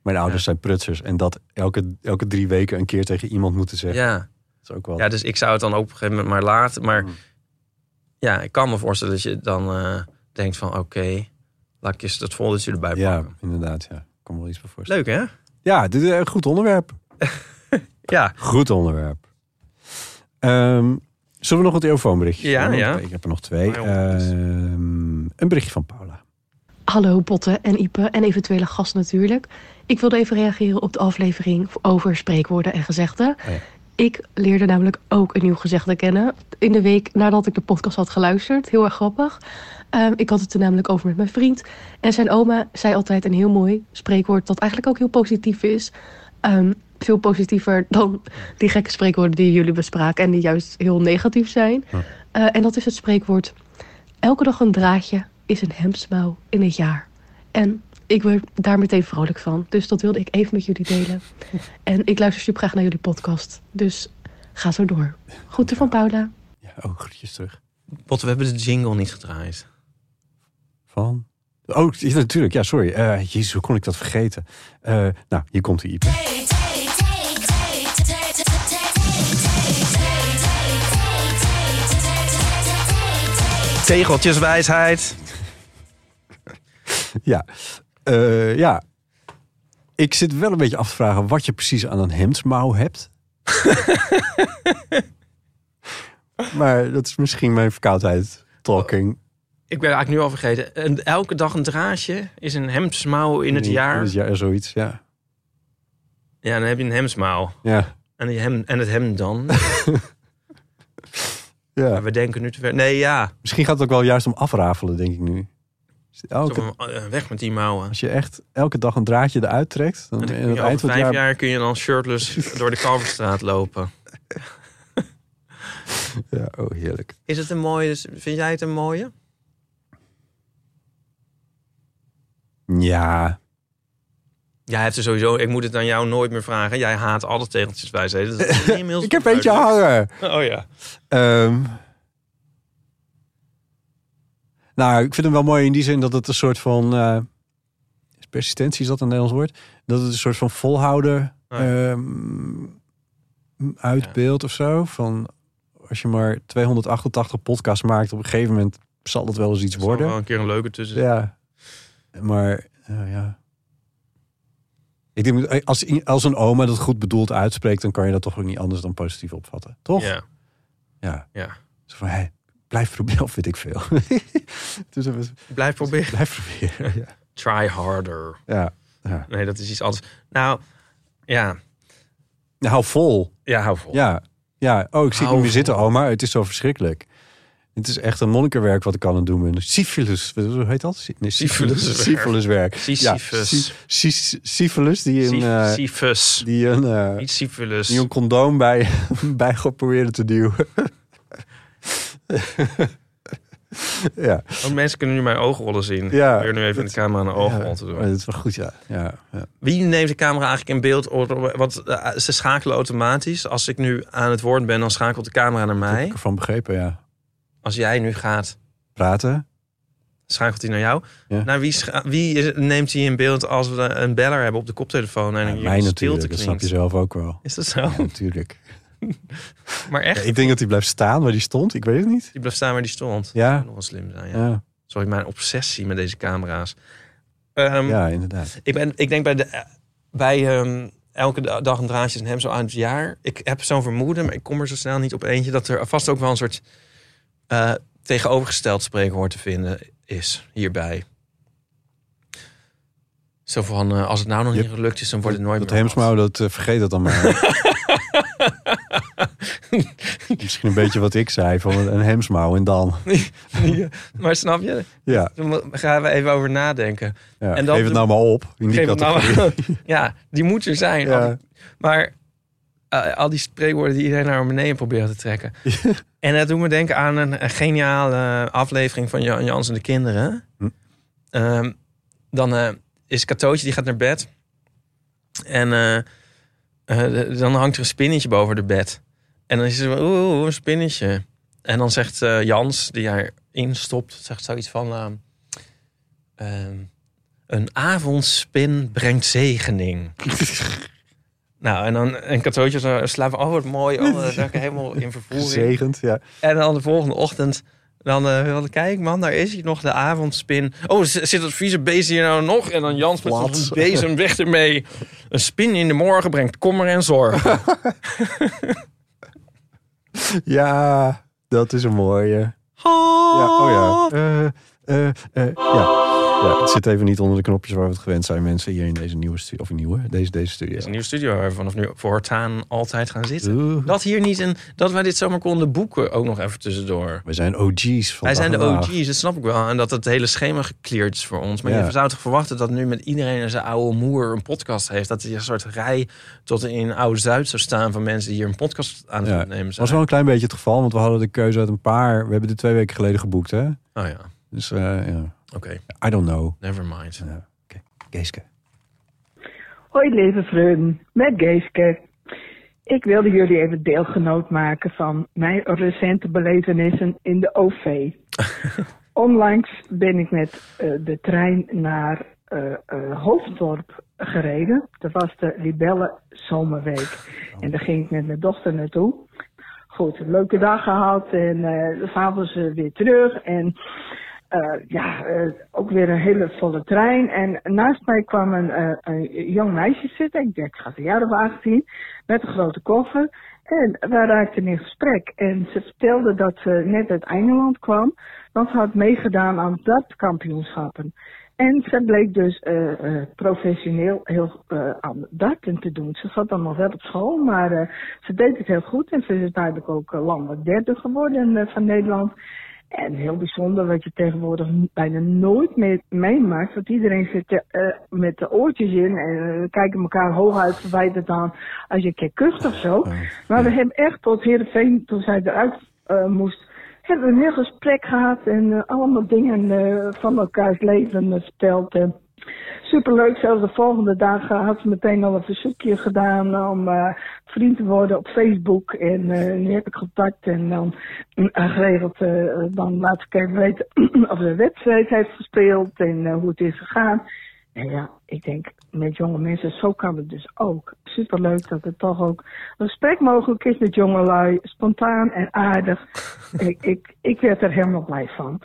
Mijn ouders zijn prutsers. En dat elke, elke drie weken een keer tegen iemand moeten zeggen.
Ja.
Dat is ook wel...
ja, dus ik zou het dan ook op een gegeven moment maar laten. Maar
Mm.
ja, ik kan me voorstellen dat je dan eh, denkt van oké, laat ik eens dat foldertje erbij
Ja,
pakken.
inderdaad. Ja. Ik kan me wel iets bij voorstellen.
Leuk hè?
Ja, dit is een goed onderwerp.
Ja.
Goed onderwerp. Ehm, zullen we nog een telefoonberichtje?
Ja,
doen? Want
ja.
Ik heb er nog twee.
Maar ja, dus-
Ehm, een berichtje van Paula.
Hallo Botte en Ipe en eventuele gast natuurlijk. Ik wilde even reageren op de aflevering over spreekwoorden en gezegden.
ja.
Ik leerde namelijk ook een nieuw gezegde kennen. In de week nadat ik de podcast had geluisterd. Heel erg grappig. Ehm, ik had het er namelijk over met mijn vriend. En zijn oma zei altijd een heel mooi spreekwoord dat eigenlijk ook heel positief is. Ehm, veel positiever dan die gekke spreekwoorden die jullie bespraken en die juist heel negatief zijn. Eh, en dat is het spreekwoord Elke dag een draadje is een hemdsmouw in het jaar. En ik word daar meteen vrolijk van. Dus dat wilde ik even met jullie delen. En ik luister super graag naar jullie podcast. Dus ga zo door. Groeten van Paula.
Ja, ook groetjes terug.
Bot, we hebben de jingle niet gedraaid.
Van... Oh, ja, natuurlijk. Ja, sorry. Eh, jezus, hoe kon ik dat vergeten? Eh, nou, hier komt die Ipe.
Tegeltjeswijsheid.
Ja. Eh, ja. Ik zit wel een beetje af te vragen wat je precies aan een hemdsmouw hebt. maar dat is misschien mijn verkoudheid. Talking.
Ik ben eigenlijk nu al vergeten. En elke dag een draadje is een hemdsmouw in het jaar.
Mm, het jaar, zoiets, ja.
Ja, dan heb je een hemdsmouw.
Ja.
En, die hem, en het hem dan.
ja.
Maar we denken nu te ver. Nee, ja.
Misschien gaat het ook wel juist om afrafelen, denk ik nu. Dus
Zo
Elke,
van, eh, weg met die mouwen.
als je echt elke dag een draadje eruit trekt, dan
En dan kun
in
je
het
over
eind van het
vijf
jaar...
jaar kun je dan shirtless door de Kalverstraat lopen.
Ja, oh, heerlijk.
Is het een mooie? Vind jij het een mooie?
Ja.
Jij hebt er sowieso... Ik moet het aan jou nooit meer vragen. Jij haat alle tegeltjeswijsheden. Dat is inmiddels
Ik heb eentje
duidelijk.
hangen.
Oh ja.
Ehm nou, ik vind hem wel mooi in die zin dat het een soort van. eh, is persistentie is dat een Nederlands woord? Dat het een soort van volhouden
Ah, ja.
ehm, uitbeeld of zo. Van als je maar 288 podcasts maakt, op een gegeven moment zal dat wel eens iets
Er zal wel
worden.
een keer een leuke tussen.
Ja, maar eh, ja. Ik denk, als, als een oma dat goed bedoeld uitspreekt, dan kan je dat toch ook niet anders dan positief opvatten, toch?
Ja.
Ja.
Ja.
Zo van, hé, blijf proberen, of weet ik veel. dus dat was-
Blijf proberen.
blijf proberen. Ja.
Try harder.
ja.
Nee, dat is iets anders. Nou, ja.
Nou, hou vol.
Ja, hou vol.
Ja. Ja. Oh, ik zie het
Hou
niet meer
vol.
zitten, oma. Het is zo verschrikkelijk. Het is echt een monnikenwerk wat ik aan het doen ben. Syphilus, hoe heet dat? Sy- Nee, syphilis.
Syphiliswerk.
Syphiliswerk.
Sisyphus.
sy- sy- syphilis die een, eh,
Syphus.
die een, eh,
Niet syphilis.
die een condoom bij, bij probeerde te duwen. ja.
Want Oh, mensen kunnen nu mijn oogrollen zien.
Ja.
Ik probeer nu even in de camera Oh, een
ja,
oogrol te doen.
maar Dat is wel goed, ja. ja, ja.
Wie neemt de camera eigenlijk in beeld? Want eh, ze schakelen automatisch. Als ik nu aan het woord ben, dan schakelt de camera naar
Dat heb
mij.
ik ervan begrepen, ja.
Als jij nu gaat,
Praten.
schakelt hij naar jou.
Ja.
Naar wie, scha- wie is- neemt hij in beeld als we een beller hebben op de koptelefoon en
Ja,
hier
mij
een stilte
natuurlijk, dat snap
klinkt?
je zelf ook wel.
Is dat zo?
Ja, natuurlijk.
Maar
Ja,
echt?
ik denk dat hij blijft staan waar hij stond. Ik weet het niet.
Die blijft staan waar die stond.
Ja.
Dat zou nog wel slim zijn, ja.
Ja,
Sorry, mijn obsessie met deze camera's. Ehm,
ja inderdaad.
ik, ben, ik denk bij, de, eh, bij ehm, elke da- dag een draadje en hem zo aan het jaar. Ik heb zo'n vermoeden, maar ik kom er zo snel niet op eentje... dat er vast ook wel een soort eh, tegenovergesteld spreekwoord te vinden is hierbij. Zo van, eh, als het nou nog
Je-
niet gelukt is, dan wordt het nooit
Dat
meer wat.
Heemsmouw, dat eh, vergeet dat dan maar. Misschien een beetje wat ik zei, van een Heemsmouw en dan.
Maar snap je?
Ja,
Dan mo- gaan we even over nadenken.
ja.
En dan-
geef het nou maar op. In die
Geef het nou
categorie.
maar- ja, die moet er zijn.
Ja.
Al die- maar eh, al die spreekwoorden die iedereen naar beneden probeert te trekken. En dat doet me denken aan een, een geniale aflevering van Jan Jans en de Kinderen.
Hm.
Ehm, dan eh, is Katootje, die gaat naar bed. En eh, eh, de- dan hangt er een spinnetje boven de bed. En dan is ze zo, oeh, een spinnetje. En dan zegt eh, Jans, die haar instopt, zegt zoiets van... ehm, ehm, een avondspin brengt zegening. nou, en dan een katootje zo slapen. Oh, wat mooi. Oh, dan ben ik helemaal in vervoering.
Gezegend, ja.
En dan de volgende ochtend. Dan, eh, wel, kijk man, daar is hij nog, de avondspin. Oh, z- zit dat vieze beest hier nou nog? En dan Jans met
Wat?
zo'n bezem weg ermee. Een spin in de morgen brengt kommer en zorg.
Ja, dat is een mooie. Ja,
Oh
oh ja. Eh, eh, eh, ja. ja. Het zit even niet onder de knopjes waar we het gewend zijn, mensen, hier in deze nieuwe studio. Of nieuwe, deze, deze
Dit is
studio.
een nieuwe studio waar we vanaf nu voortaan altijd gaan zitten.
Oeh.
Dat hier niet een, dat wij dit zomaar konden boeken ook nog even tussendoor.
We zijn OG's van
Wij zijn de OG's, dat snap ik wel. En dat het hele schema gecleared is voor ons. Maar
Ja.
je zou toch verwachten dat nu met iedereen in zijn oude moer een podcast heeft. Dat hij een soort rij tot in Oud-Zuid zou staan van mensen die hier een podcast aan het
Ja.
opnemen
Dat was
zijn.
wel een klein beetje het geval, want we hadden de keuze uit een paar. We hebben dit twee weken geleden geboekt, hè?
Oh ja, oké.
Dus eh, ja, I don't know.
Never mind.
Geeske.
Hoi lieve vreugden, met Geeske. Ik wilde jullie even deelgenoot maken van mijn recente belevenissen in de OV. Onlangs ben ik met eh, de trein naar eh, eh, Hoofddorp gereden. Dat was de Libelle Zomerweek. En daar ging ik met mijn dochter naartoe. Goed, een leuke dag gehad en eh s'avonds eh, weer terug. En eh, ja, eh, ook weer een hele volle trein. En naast mij kwam een, eh, een jong meisje zitten. Ik denk, gaat een jaar of 18. Met een grote koffer. En wij raakten in gesprek. En ze vertelde dat ze net uit Engeland kwam. Want ze had meegedaan aan dartkampioenschappen. En ze bleek dus eh, eh, professioneel heel eh, aan darten te doen. Ze zat dan nog wel op school, maar eh, ze deed het heel goed. En ze is uiteindelijk ook eh, landelijk derde geworden eh, van Nederland. En heel bijzonder wat je tegenwoordig n- bijna nooit meer meemaakt. Want iedereen zit er, eh, met de oortjes in en eh, we kijken elkaar hooguit verwijtend aan als je een keer kucht of zo. Maar we hebben echt tot Heerenveen, toen zij eruit eh, moest, hebben we een heel gesprek gehad en eh, allemaal dingen eh, van elkaars leven eh, verteld. en superleuk, zelfs de volgende dag eh, had ze meteen al een verzoekje gedaan om eh, vriend te worden op Facebook. En eh, nu heb ik contact en dan mm, eh, geregeld, eh, dan laat ik even weten of ze een wedstrijd heeft gespeeld en eh, hoe het is gegaan. En ja, ik denk met jonge mensen, zo kan het dus ook. Superleuk dat het toch ook een gesprek mogelijk is met jongelui. Spontaan en aardig. ik, ik, ik werd er helemaal blij van.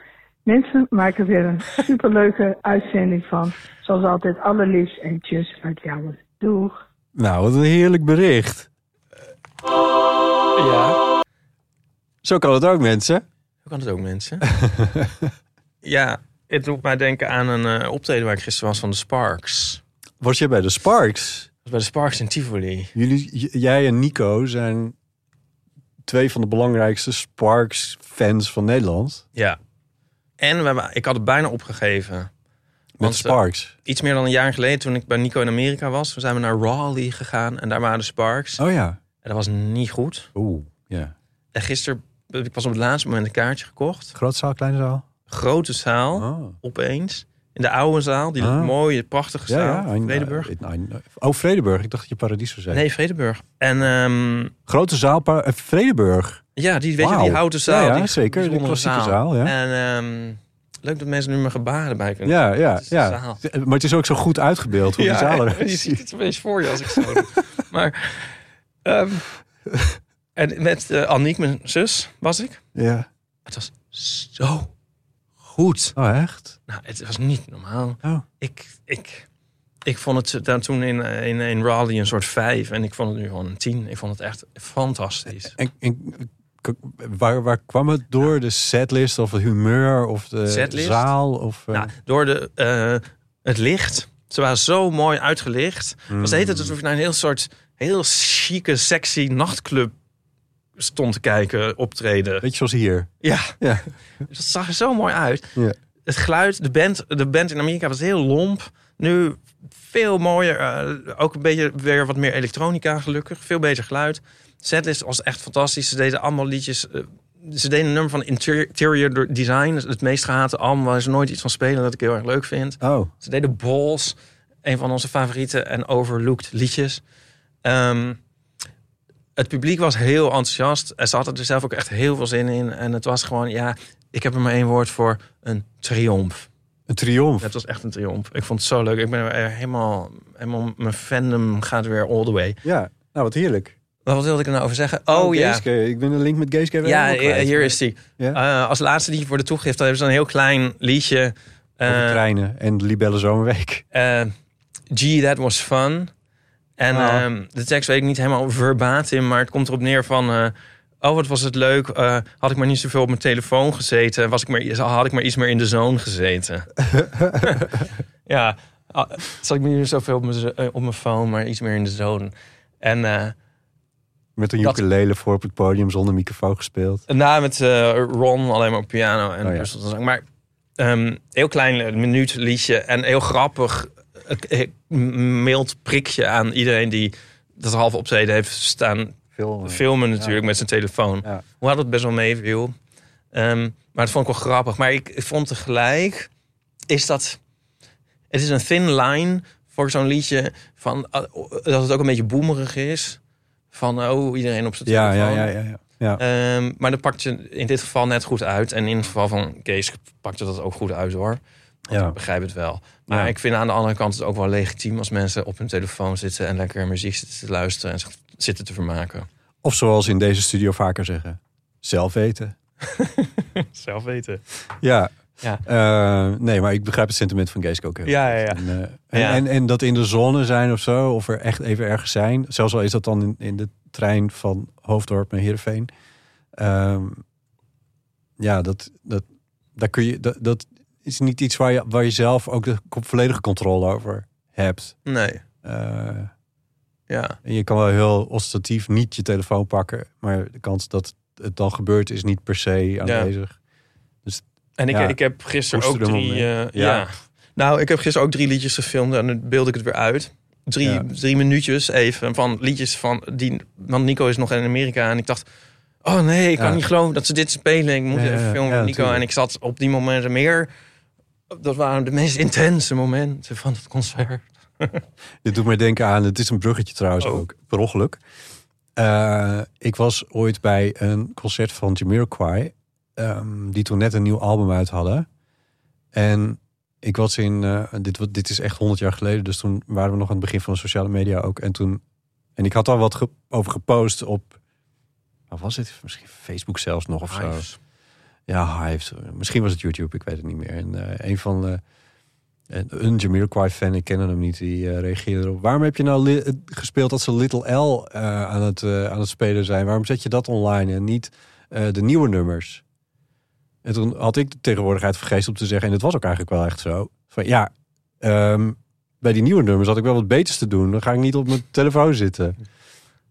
Mensen maken weer een superleuke uitzending van. Zoals altijd, allerliefst en tjus uit jou. Doeg!
Nou, wat een heerlijk bericht.
Ja.
Zo kan het ook, mensen.
Hoe kan het ook, mensen? ja, het doet mij denken aan een eh, optreden waar ik gisteren was van de Sparks.
Was jij bij de Sparks?
Dat was bij de Sparks in Tivoli.
Jullie, j- jij en Nico zijn twee van de belangrijkste Sparks-fans van Nederland.
Ja. En we hebben, ik had het bijna opgegeven.
Met
Want, eh,
Sparks.
Iets meer dan een jaar geleden, toen ik bij Nico in Amerika was, toen zijn we naar Raleigh gegaan en daar waren de Sparks.
Oh ja.
En dat was niet goed.
Oeh. Ja.
En gisteren heb ik pas op het laatste moment een kaartje gekocht.
Groot zaal, kleine zaal?
Grote zaal,
Oh.
opeens. In de oude zaal, die
Ah.
mooie, prachtige zaal.
in-
Vredeburg.
in- in- oh, Vredeburg. Ik dacht dat je Paradies zou zeggen.
Nee, Vredeburg. En ehm,
Grote zaal, pa- eh, Vredeburg.
ja, die, weet je,
Wauw.
die houten zaal.
Ja, ja,
die
zeker. Die
bijzondere
klassieke zaal, ja.
En ehm, leuk dat mensen nu mijn gebaren erbij kunnen.
Ja, ja,
is de
ja.
zaal.
Maar het is ook zo goed uitgebeeld hoe die zaal
je
eruit
ziet
ziet.
het opeens voor je als ik zo doe. Maar, ehm, en met eh Anniek, mijn zus, was ik.
Ja.
Het was zo goed.
Oh, echt?
Nou, het was niet normaal.
Oh.
Ik, ik, ik vond het daar toen in, eh, in, in Raleigh een soort vijf. En ik vond het nu gewoon een tien. Ik vond het echt fantastisch.
En, en k- waar, waar kwam het door? De setlist of het humeur of de
Setlist?
zaal? Of, eh,
Nou, door de, eh, het licht. Ze waren zo mooi uitgelicht. Het was de hele tijd alsof ik naar een heel soort... heel chique, sexy nachtclub stond te kijken, optreden.
Beetje zoals hier.
Ja,
Ja.
dus dat zag er zo mooi uit.
Ja.
Het geluid, de band, de band in Amerika was heel lomp. Nu veel mooier, eh, ook een beetje weer wat meer elektronica gelukkig. Veel beter geluid. Setlist was echt fantastisch. Ze deden allemaal liedjes. eh, ze deden een nummer van inter- Interior Design. Het meest gehate album waar ze nooit iets van spelen dat ik heel erg leuk vind.
Oh,
Ze deden Balls, een van onze favoriete en overlooked liedjes. Ehm, het publiek was heel enthousiast. En ze hadden er zelf ook echt heel veel zin in. En het was gewoon, ja, ik heb er maar één woord voor. Een triomf.
een triomf.
Het was echt een triomf. Ik vond het zo leuk. Ik ben er helemaal, helemaal mijn fandom gaat weer all the way.
Ja, nou wat heerlijk.
Maar Wat wilde ik er nou over zeggen? Oh, ja.
Geeske. Ik ben de link met Geeske weer
Ja,
helemaal
hier
kwijt.
hier is die.
Ja.
Eh, als laatste liedje voor de toegift, dan hebben ze een heel klein liedje.
Over
Eh,
treinen en de Libelle Zomerweek.
eh gee, that was fun. En
Ah.
ehm, de tekst weet ik niet helemaal verbatim, maar het komt erop neer van... eh, oh, wat was het leuk. eh, had ik maar niet zoveel op mijn telefoon gezeten. Was ik maar, had ik maar iets meer in de zone gezeten. ja, ah, zat ik niet zoveel op mijn, zo- eh, op mijn phone, maar iets meer in de zone. En eh,
Met een
dat-
ukulele voor op het podium zonder microfoon gespeeld.
na met eh, Ron alleen maar op piano en
Oh ja.
Russell zang. Maar ehm, heel klein eh, minuut liedje en heel grappig. eh, eh, mild prikje aan iedereen die dat half opzeden heeft staan
Veel.
filmen natuurlijk met zijn telefoon.
Ja.
Hoe had het best wel meeviel. Ehm, maar het vond ik wel grappig. Maar ik, ik vond tegelijk is dat het is een thin line voor zo'n liedje van ah, dat het ook een beetje boemerig is van oh iedereen op zijn
Ja, ja,
telefoon.
ja, ja. ja. ja.
Ehm, maar dat pakte in dit geval net goed uit. En in het geval van Kees pakte dat ook goed uit hoor.
Ja.
Ik begrijp het wel. Maar
Ja.
ik vind aan de andere kant het ook wel legitiem als mensen op hun telefoon zitten en lekker muziek zitten te luisteren en zich zitten te vermaken.
Of zoals in deze studio vaker zeggen, zelf eten.
Zelf weten.
Ja.
Ja.
Eh, nee, maar ik begrijp het sentiment van Geeske ook heel
Ja, ja,
goed.
ja.
En, eh, en,
Ja.
en, en dat in de zone zijn of zo, of er echt even ergens zijn. Zelfs al is dat dan in, in de trein van Hoofddorp naar Heerenveen. Ehm, ja, dat, dat, daar kun je, dat, dat is niet iets waar je, waar je zelf ook de co- volledige controle over hebt.
Nee.
Eh,
Ja.
en je kan wel heel ostentatief niet je telefoon pakken. Maar de kans dat het dan gebeurt is niet per se aanwezig.
En ik,
Ja.
ik heb gisteren ook
Koester hem
drie.
om, hè?
eh, ja.
Ja.
Nou, ik heb gisteren ook drie liedjes gefilmd en dan beeld ik het weer uit. Drie,
Ja.
drie minuutjes even van liedjes van die. Want Nico is nog in Amerika en ik dacht. Oh nee, ik kan
Ja.
niet geloven dat ze dit spelen. Ik moet
Ja, ja,
even filmen
ja,
met Nico.
tuurlijk.
En ik zat op die momenten meer. Dat waren de meest intense momenten van het concert.
Dit doet mij denken aan, het is een bruggetje trouwens
Oh.
ook, per ongeluk. Eh, ik was ooit bij een concert van Jamiroquai, ehm die toen net een nieuw album uit hadden. En ik was in, eh, dit, wa- dit is echt 100 jaar geleden, dus toen waren we nog aan het begin van de sociale media ook. En toen, en ik had daar wat ge- over gepost op, wat was het? Misschien Facebook zelfs nog of zo.
Hives.
Ja, hij heeft. Misschien was het YouTube, ik weet het niet meer. En eh, een van de. Een een Jamiroquai-fan, ik ken hem niet, die eh, reageerde erop. Waarom heb je nou li- eh, gespeeld dat ze Little L eh, aan, het, eh, aan het spelen zijn? Waarom zet je dat online en niet eh, de nieuwe nummers? En toen had ik de tegenwoordigheid vergeten om te zeggen, en dat was ook eigenlijk wel echt zo. Van ja, ehm, bij die nieuwe nummers had ik wel wat beters te doen. Dan ga ik niet op mijn telefoon zitten.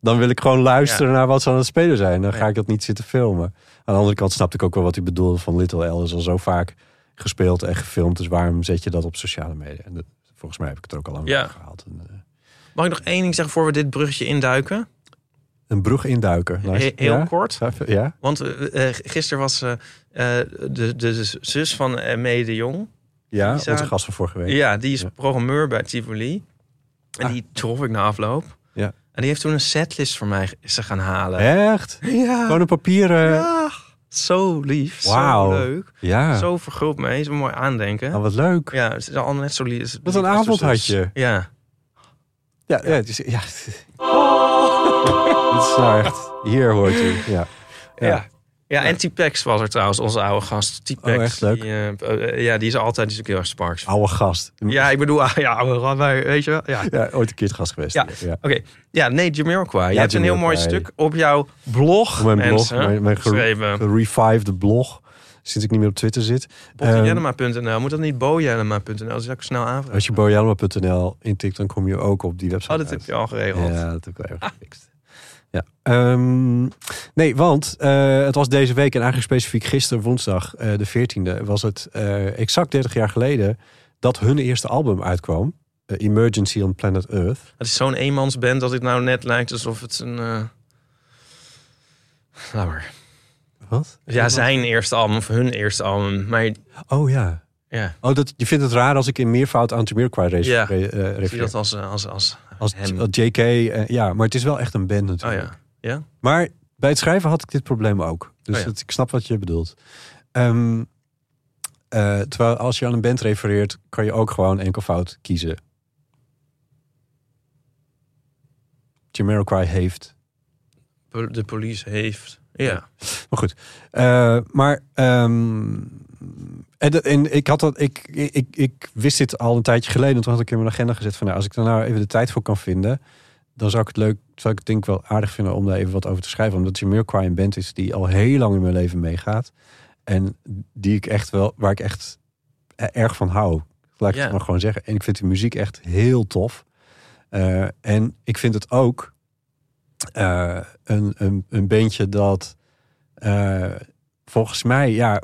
Dan wil ik gewoon luisteren naar wat ze aan het spelen zijn. Dan ga ik dat niet zitten filmen. Aan de andere kant snapte ik ook wel wat hij bedoelde van Little L is al zo vaak gespeeld en gefilmd. Dus waarom zet je dat op sociale media? En dat- volgens mij heb ik het er ook al aan
Ja.
gehaald. Een, eh,
Mag ik nog één ding zeggen voor we dit bruggetje induiken?
Een brug induiken.
He-
Luister-
heel
ja?
kort.
Ja?
Want eh, eh, gisteren was eh, eh, de, de zus van eh, Mee de Jong.
Ja,
Isa-
onze gast van vorige week.
Ja, die is
Ja.
programmeur bij Tivoli. En
Ah.
die trof ik na afloop.
Ja.
En die heeft toen een setlist voor mij ze gaan halen.
Echt?
Ja.
Gewoon een papieren...
Ja. Zo lief.
Wauw.
Zo leuk.
Ja.
Zo verguld mee. Zo mooi aandenken.
Nou, wat leuk.
Ja, het is al net zo lief. het is
Wat een
lief als
avond
de zus.
had
Ja.
Ja, ja, het is, ja. Dit is nou echt... Hier hoort u. Ja.
Oh. Ja. ja. en T-Pex was er trouwens, onze oude gast. T-Pex.
Oh, echt leuk.
Die, eh, eh, ja, die is altijd die is ook heel erg sparks.
Oude gast.
Ja, ik bedoel, ah, ja, oude rat, maar weet je wel. Ja,
Ja, ooit een keer te gast geweest.
Ja.
ja.
Oké, ja, nee, Jamiroquai. Je hebt een heel mooi
Jamiroquai.
stuk op jouw blog,
Op mijn blog,
mensen,
mijn, Ehm, mijn gere-
geschreven.
gerevived blog. Sinds ik niet meer op Twitter zit. Ehm,
Botjellema.nl. Moet dat niet bojenema.nl? Dat is ook snel aanvragen.
als je bojalma.nl intikt, dan kom je ook op die website
Oh, dat
uit.
heb je al geregeld.
Ja, dat heb ik wel even gefixt. Ja. Ehm, nee, want eh, het was deze week en eigenlijk specifiek gisteren woensdag, eh, de 14e, was het eh, exact 30 jaar geleden dat hun eerste album uitkwam. eh, Emergency on Planet Earth.
Het is zo'n eenmansband dat het nou net lijkt alsof het een... eh, Nou maar.
Wat?
Ja, zijn eerste album of hun eerste album. Maar
Oh ja.
ja,
Oh, dat, je vindt het raar als ik in meervoud aan Jamiroquai race
Ja.
re, eh,
ik zie
refereer.
dat als, eh, als, als
Als,
hem.
als JK, eh, ja, maar het is wel echt een band
Oh
natuurlijk.
ja. Ja?
Maar bij het schrijven had ik dit probleem ook. Dus
Oh ja.
het- ik snap wat je bedoelt. Ehm, eh, terwijl als je aan een band refereert, kan je ook gewoon enkelvoud kiezen. Jamiroquai heeft.
Po- De police heeft... Ja.
Maar goed. Eh, maar ehm, en, dat- en ik, had dat, ik, ik, ik wist dit al een tijdje geleden. En toen had ik in mijn agenda gezet van... Nou, als ik daar nou even de tijd voor kan vinden... dan zou ik het leuk, zou ik het denk ik wel aardig vinden... om daar even wat over te schrijven. Omdat Jamiroquai een band is die al heel lang in mijn leven meegaat. En die ik echt wel, waar ik echt eh, erg van hou. Laat ik
Ja.
het maar gewoon zeggen. En ik vind die muziek echt heel tof. Eh, en ik vind het ook eh, een, een, een beentje dat... eh, volgens mij, ja,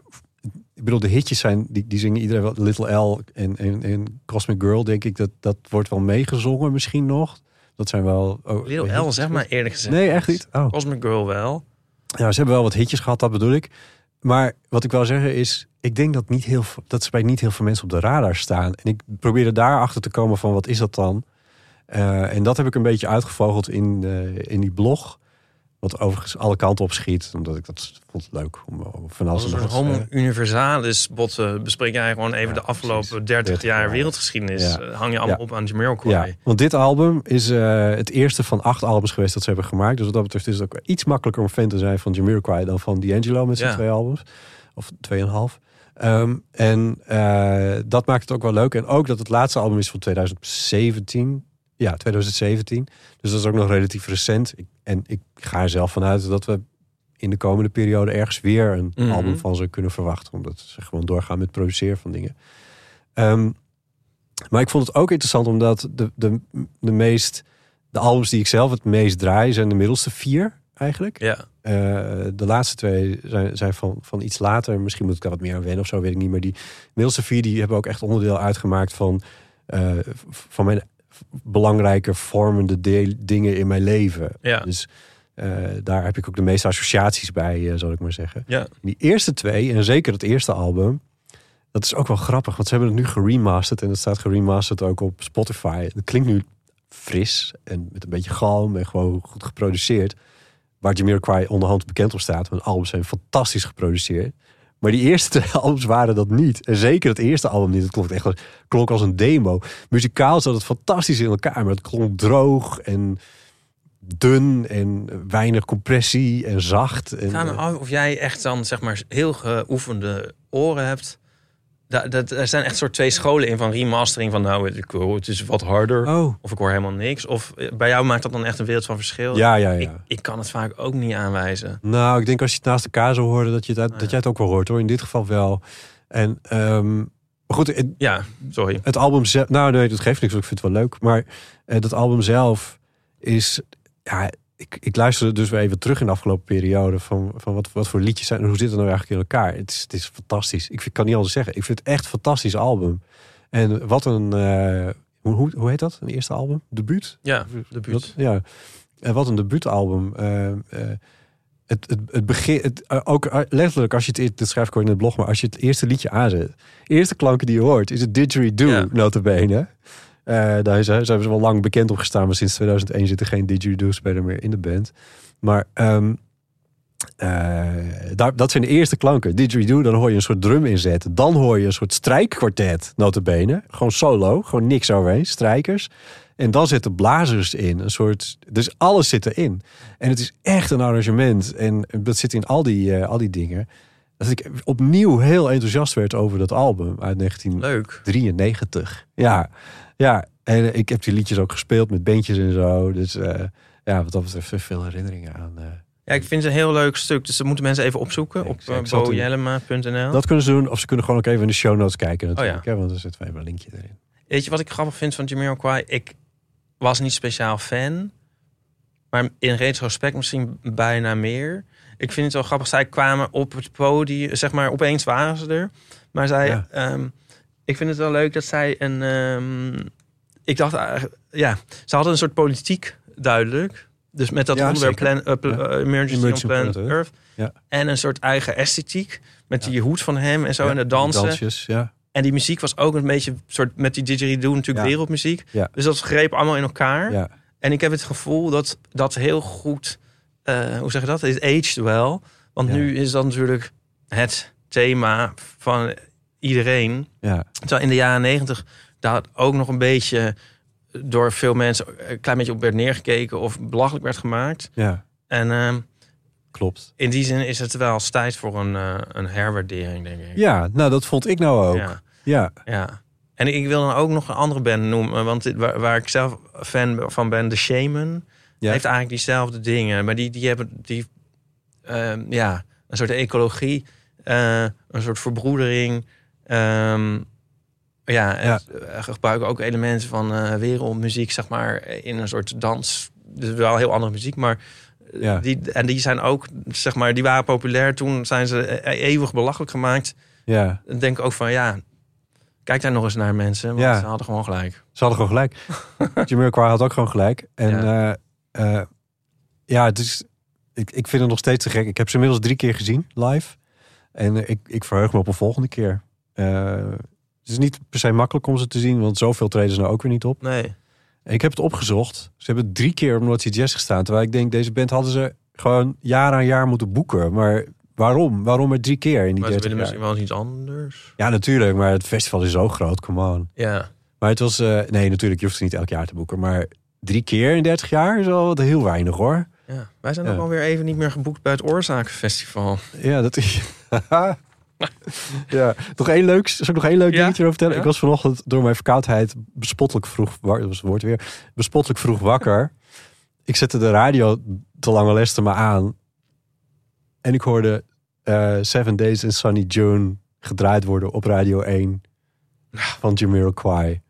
ik bedoel, de hitjes zijn, die, die zingen iedereen wel. Little L en, en, en Cosmic Girl, denk ik, dat, dat wordt wel meegezongen misschien nog. Dat zijn wel... Oh,
Lil L, zeg maar eerlijk gezegd.
Nee, echt niet. Oh.
Cosmic Girl wel.
Ja, ze hebben wel wat hitjes gehad, dat bedoel ik. Maar wat ik wil zeggen is, ik denk dat, niet heel, veel- dat ze bij niet heel veel mensen op de radar staan. En ik probeerde daarachter te komen van wat is dat dan? Eh, en dat heb ik een beetje uitgevogeld in, eh, in die blog. Wat overigens alle kanten op schiet. Omdat ik dat vond leuk om, eh, om van alles
Als een
en
soort
nog wat,
homo
eh,
universalis bot eh, bespreek jij gewoon even
Ja,
de afgelopen
precies.
30,
30
jaar
jaar.
wereldgeschiedenis.
Ja.
Eh, hang je allemaal
Ja.
op aan Jamiroquai.
Ja, want dit album is eh, het eerste van acht albums geweest dat ze hebben gemaakt. Dus wat dat betreft is het ook iets makkelijker om fan te zijn van Jamiroquai dan van D'Angelo met zijn
Ja.
twee albums. Of tweeënhalf. Ehm en eh, dat maakt het ook wel leuk. En ook dat het laatste album is van 2017. Ja, 2017. Dus dat is ook nog relatief recent. Ik, en ik ga er zelf vanuit dat we in de komende periode ergens weer een
Mhm.
album van ze kunnen verwachten. Omdat ze gewoon doorgaan met produceren van dingen. Ehm, maar ik vond het ook interessant omdat de, de, de meest... De albums die ik zelf het meest draai zijn de middelste vier eigenlijk.
Ja.
Eh, de laatste twee zijn, zijn van, van iets later. Misschien moet ik daar wat meer aan wennen of zo, weet ik niet. Maar die middelste vier die hebben ook echt onderdeel uitgemaakt van, eh, v- van mijn belangrijke vormende deel- dingen in mijn leven.
Ja.
Dus eh, daar heb ik ook de meeste associaties bij, eh, zal ik maar zeggen.
Ja.
Die eerste twee, en zeker het eerste album, dat is ook wel grappig. Want ze hebben het nu geremasterd en dat staat geremasterd ook op Spotify. Het klinkt nu fris en met een beetje galm en gewoon goed geproduceerd. Waar Jamiroquai onderhand bekend op staat. Hun albums zijn fantastisch geproduceerd. Maar die eerste twee albums waren dat niet. En zeker het eerste album niet. Het klonk echt als, klonk als een demo. Muzikaal zat het fantastisch in elkaar. Maar het klonk droog en dun en weinig compressie en zacht. En,
Vraag me af of jij echt dan zeg maar heel geoefende oren hebt. Daar, dat, er zijn echt soort twee scholen in van remastering. Van nou, ik hoor, het is wat harder.
oh,
Of ik hoor helemaal niks. Of eh, bij jou maakt dat dan echt een wereld van verschil.
ja, ja, ja.
Ik, ik kan het vaak ook niet aanwijzen.
Nou, ik denk als je het naast elkaar zou horen, dat, je het uit-
Ah,
dat
ja.
jij het ook wel hoort hoor. In dit geval wel. En ehm, maar goed, het,
Ja, sorry.
het album zelf. Nou, nee, dat geeft niks. want Ik vind het wel leuk. Maar eh, dat album zelf is. Ja, ik, ik luisterde dus weer even terug in de afgelopen periode. Van, van wat, wat voor liedjes zijn en hoe zit het nou eigenlijk in elkaar? Het is, het is fantastisch. Ik, vind- ik kan niet anders zeggen. Ik vind het echt een fantastisch album. En wat een. eh, hoe, hoe, hoe heet dat? Een eerste album? Debuut?
Ja, de buurt.
Dat- ja. En wat een debuutalbum. Eh, eh, het, het, het begin, het, eh, ook eh, letterlijk, als je het, eer- dat schrijf ik ook in het blog, maar als je het eerste liedje aanzet, de eerste klanken die je hoort, is het didgeridoo,
Ja.
notabene. Eh daar zijn zijn ze wel lang bekend op gestaan, maar sinds 2001 zit er geen didgeridoo-speler meer in de band. Maar ehm, eh, daar, dat zijn de eerste klanken. Didgeridoo, dan hoor je een soort drum inzetten. Dan hoor je een soort strijkkwartet, notabene. Gewoon solo, gewoon niks overheen, strijkers. En dan zitten blazers in. Een soort, dus alles zit erin. En het is echt een arrangement. En dat zit in al die, eh, al die dingen. Dat ik opnieuw heel enthousiast werd over dat album uit 19,
Leuk.
93. Ja, ja. En eh, ik heb die liedjes ook gespeeld met bandjes en zo. Dus eh, ja, wat dat betreft veel herinneringen aan. eh,
Ja, ik vind het een heel leuk stuk. Dus dat moeten mensen even opzoeken
Ik-
op
ik
eh,
zal het doen.
bojellema.nl.
Dat kunnen ze doen. Of ze kunnen gewoon ook even in de show notes kijken natuurlijk.
Oh
hè, want er zit wel even een linkje erin.
Weet je wat ik grappig vind van Jamiroquai? Ik was niet speciaal fan. Maar in retrospect misschien bijna meer. Ik vind het wel grappig. Zij kwamen op het podium. Zeg maar, opeens waren ze er. Maar zij...
Ja.
ehm, ik vind het wel leuk dat zij een... ehm, ik dacht... eigenlijk- ja, ze hadden een soort politiek duidelijk. Dus met dat
Ja,
onderwerp
zeker.
plan, eh, pla-
Ja.
eh, Emergency,
Emergency
on Planet Earth.
Planet Earth. Ja.
En een soort eigen esthetiek. Met
Ja.
die hoed van hem en zo. en de dansen.
Dansjes, ja.
En die muziek was ook een beetje soort met die didgeridoo natuurlijk
Ja.
wereldmuziek.
Ja.
Dus dat greep allemaal in elkaar.
ja.
En ik heb het gevoel dat dat heel goed, eh, hoe zeg je dat, is aged wel. Want
Ja.
nu is dat natuurlijk het thema van iedereen.
Ja,
Terwijl in de jaren negentig daar ook nog een beetje door veel mensen een klein beetje op werd neergekeken of belachelijk werd gemaakt.
ja,
En ehm,
klopt.
in die zin is het wel eens tijd voor een, eh, een herwaardering, denk ik.
Ja, nou dat vond ik nou ook. Ja,
Ja. Ja. En ik wil dan ook nog een andere band noemen. Want dit- waar, waar ik zelf fan van ben, The Shaman.
Ja.
Heeft eigenlijk diezelfde dingen. Maar die, die hebben die, ehm, ja, een soort ecologie. eh, een soort verbroedering. ehm, ja, en
Ja.
eh, gebruiken ook elementen van eh, wereldmuziek, zeg maar. In een soort dans. Dus wel heel andere muziek, maar... eh,
Ja.
Die, en die zijn ook, zeg maar, die waren populair. Toen zijn ze eh, eeuwig belachelijk gemaakt
ja.
dan denk ik ook van ja, kijk daar nog eens naar mensen. Want
Ja.
ze hadden gewoon gelijk.
Ze hadden gewoon gelijk. Jamiroquai had ook gewoon gelijk. En ja, ja het is, ik, ik vind het nog steeds te gek. Ik heb ze inmiddels drie keer gezien live. En eh, ik, ik verheug me op een volgende keer. Eh, het is niet per se makkelijk om ze te zien, want zoveel treden ze nou ook weer niet op.
Nee.
En Ik heb het opgezocht. Ze hebben drie keer op North Sea Jazz gestaan. Terwijl ik denk, deze band hadden ze gewoon jaar aan jaar moeten boeken. Maar waarom? Waarom er drie keer in die
Maar ze
30
willen
jaar?
misschien wel eens iets anders.
Ja, natuurlijk. Maar het festival is zo groot, come on.
Ja.
Maar het was... eh, nee, natuurlijk, je hoeft ze niet elk jaar te boeken. Maar drie keer in 30 jaar is al wat heel weinig, hoor.
ja. Wij zijn
Ja.
ook alweer even niet meer geboekt bij het Oorzakenfestival.
Ja, dat is... ja, nog één leuk, zal ik nog één leuk
Ja?
dingetje over vertellen?
Ja?
Ik was vanochtend door mijn verkoudheid bespottelijk vroeg... wa- Dat was het woord weer. Bespottelijk vroeg wakker. ik zette de radio te lange leste maar aan. En ik hoorde eh, Seven Days in Sunny June gedraaid worden op Radio 1 van Jamiroquai.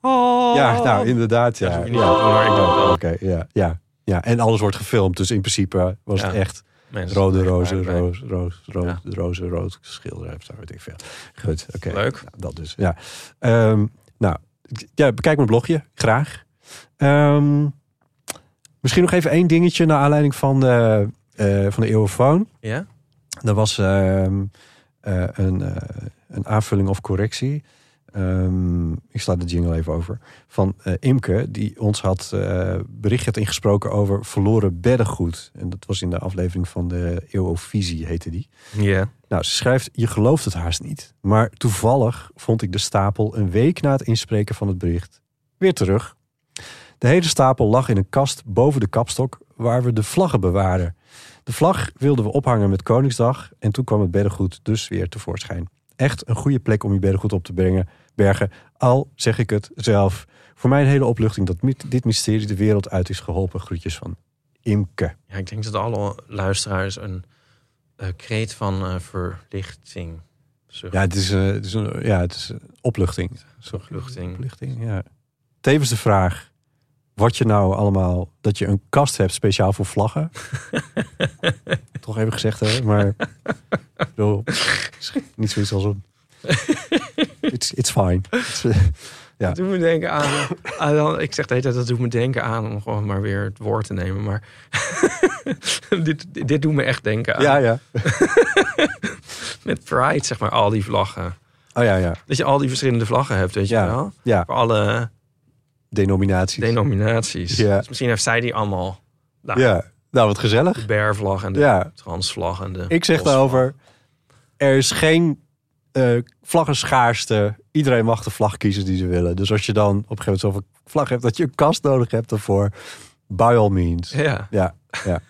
Oh.
Ja, nou inderdaad, ja.
Dat
Ja,
hoef je niet te doen, maar ik doe het wel.
Oké, ja, ja, ja. En alles wordt gefilmd, dus in principe was het
Ja.
echt
Mensen.
rode rozen,
bij- bij-
roos, roos, roos,
Ja.
roze, rood schilderen of zo, weet ik veel. Goed, oké.
Leuk.
Nou, dat dus, ja. Ehm, nou, ja, bekijk mijn blogje, graag. Ehm, misschien nog even één dingetje naar aanleiding van de, eh van de Eeuwenfoon.
Ja?
Er was ehm, eh, een, eh, een aanvulling of correctie. Ehm, ik sla de jingle even over. Van eh, Imke, die ons had eh, bericht had ingesproken over verloren beddengoed. En dat was in de aflevering van de Eeuwovisie, heette die.
Ja.
Nou, ze schrijft, je gelooft het haast niet. Maar toevallig vond ik de stapel een week na het inspreken van het bericht weer terug. De hele stapel lag in een kast boven de kapstok waar we de vlaggen bewaren. De vlag wilden we ophangen met Koningsdag en toen kwam het beddengoed dus weer tevoorschijn. Echt een goede plek om je beddengoed op te brengen, bergen, al zeg ik het zelf. Voor mij een hele opluchting dat mit- dit mysterie de wereld uit is geholpen. Groetjes van Imke.
Ja, ik denk dat alle luisteraars een eh, kreet van eh, verlichting
Ja, het is, eh, het is een, ja, het is een opluchting. Sorry.
Opluchting.
Opluchting, ja. Tevens de vraag: wat je nou allemaal... Dat je een kast hebt speciaal voor vlaggen. Toch even gezegd, hè? Maar ik bedoel, niet zoiets als een... It's, it's fine. It's, eh, Ja.
Dat doet me denken aan. aan dan- ik zeg de hele tijd, dat doet me denken aan om gewoon maar weer het woord te nemen. Maar dit, dit doet me echt denken aan.
ja, ja.
Met Pride, zeg maar, al die vlaggen.
Oh ja, ja.
Dat je al die verschillende vlaggen hebt, weet je
Ja,
wel?
ja.
Voor alle
denominaties.
denominaties.
Ja.
Dus misschien heeft zij die allemaal. Nou,
ja, nou wat gezellig.
De bervlag en de
Ja.
transvlag en de...
Ik zeg daarover, er is geen eh vlaggenschaarste. Iedereen mag de vlag kiezen die ze willen. Dus als je dan op een gegeven moment zoveel vlag hebt dat je een kast nodig hebt daarvoor, by all means.
Ja.
Ja, ja.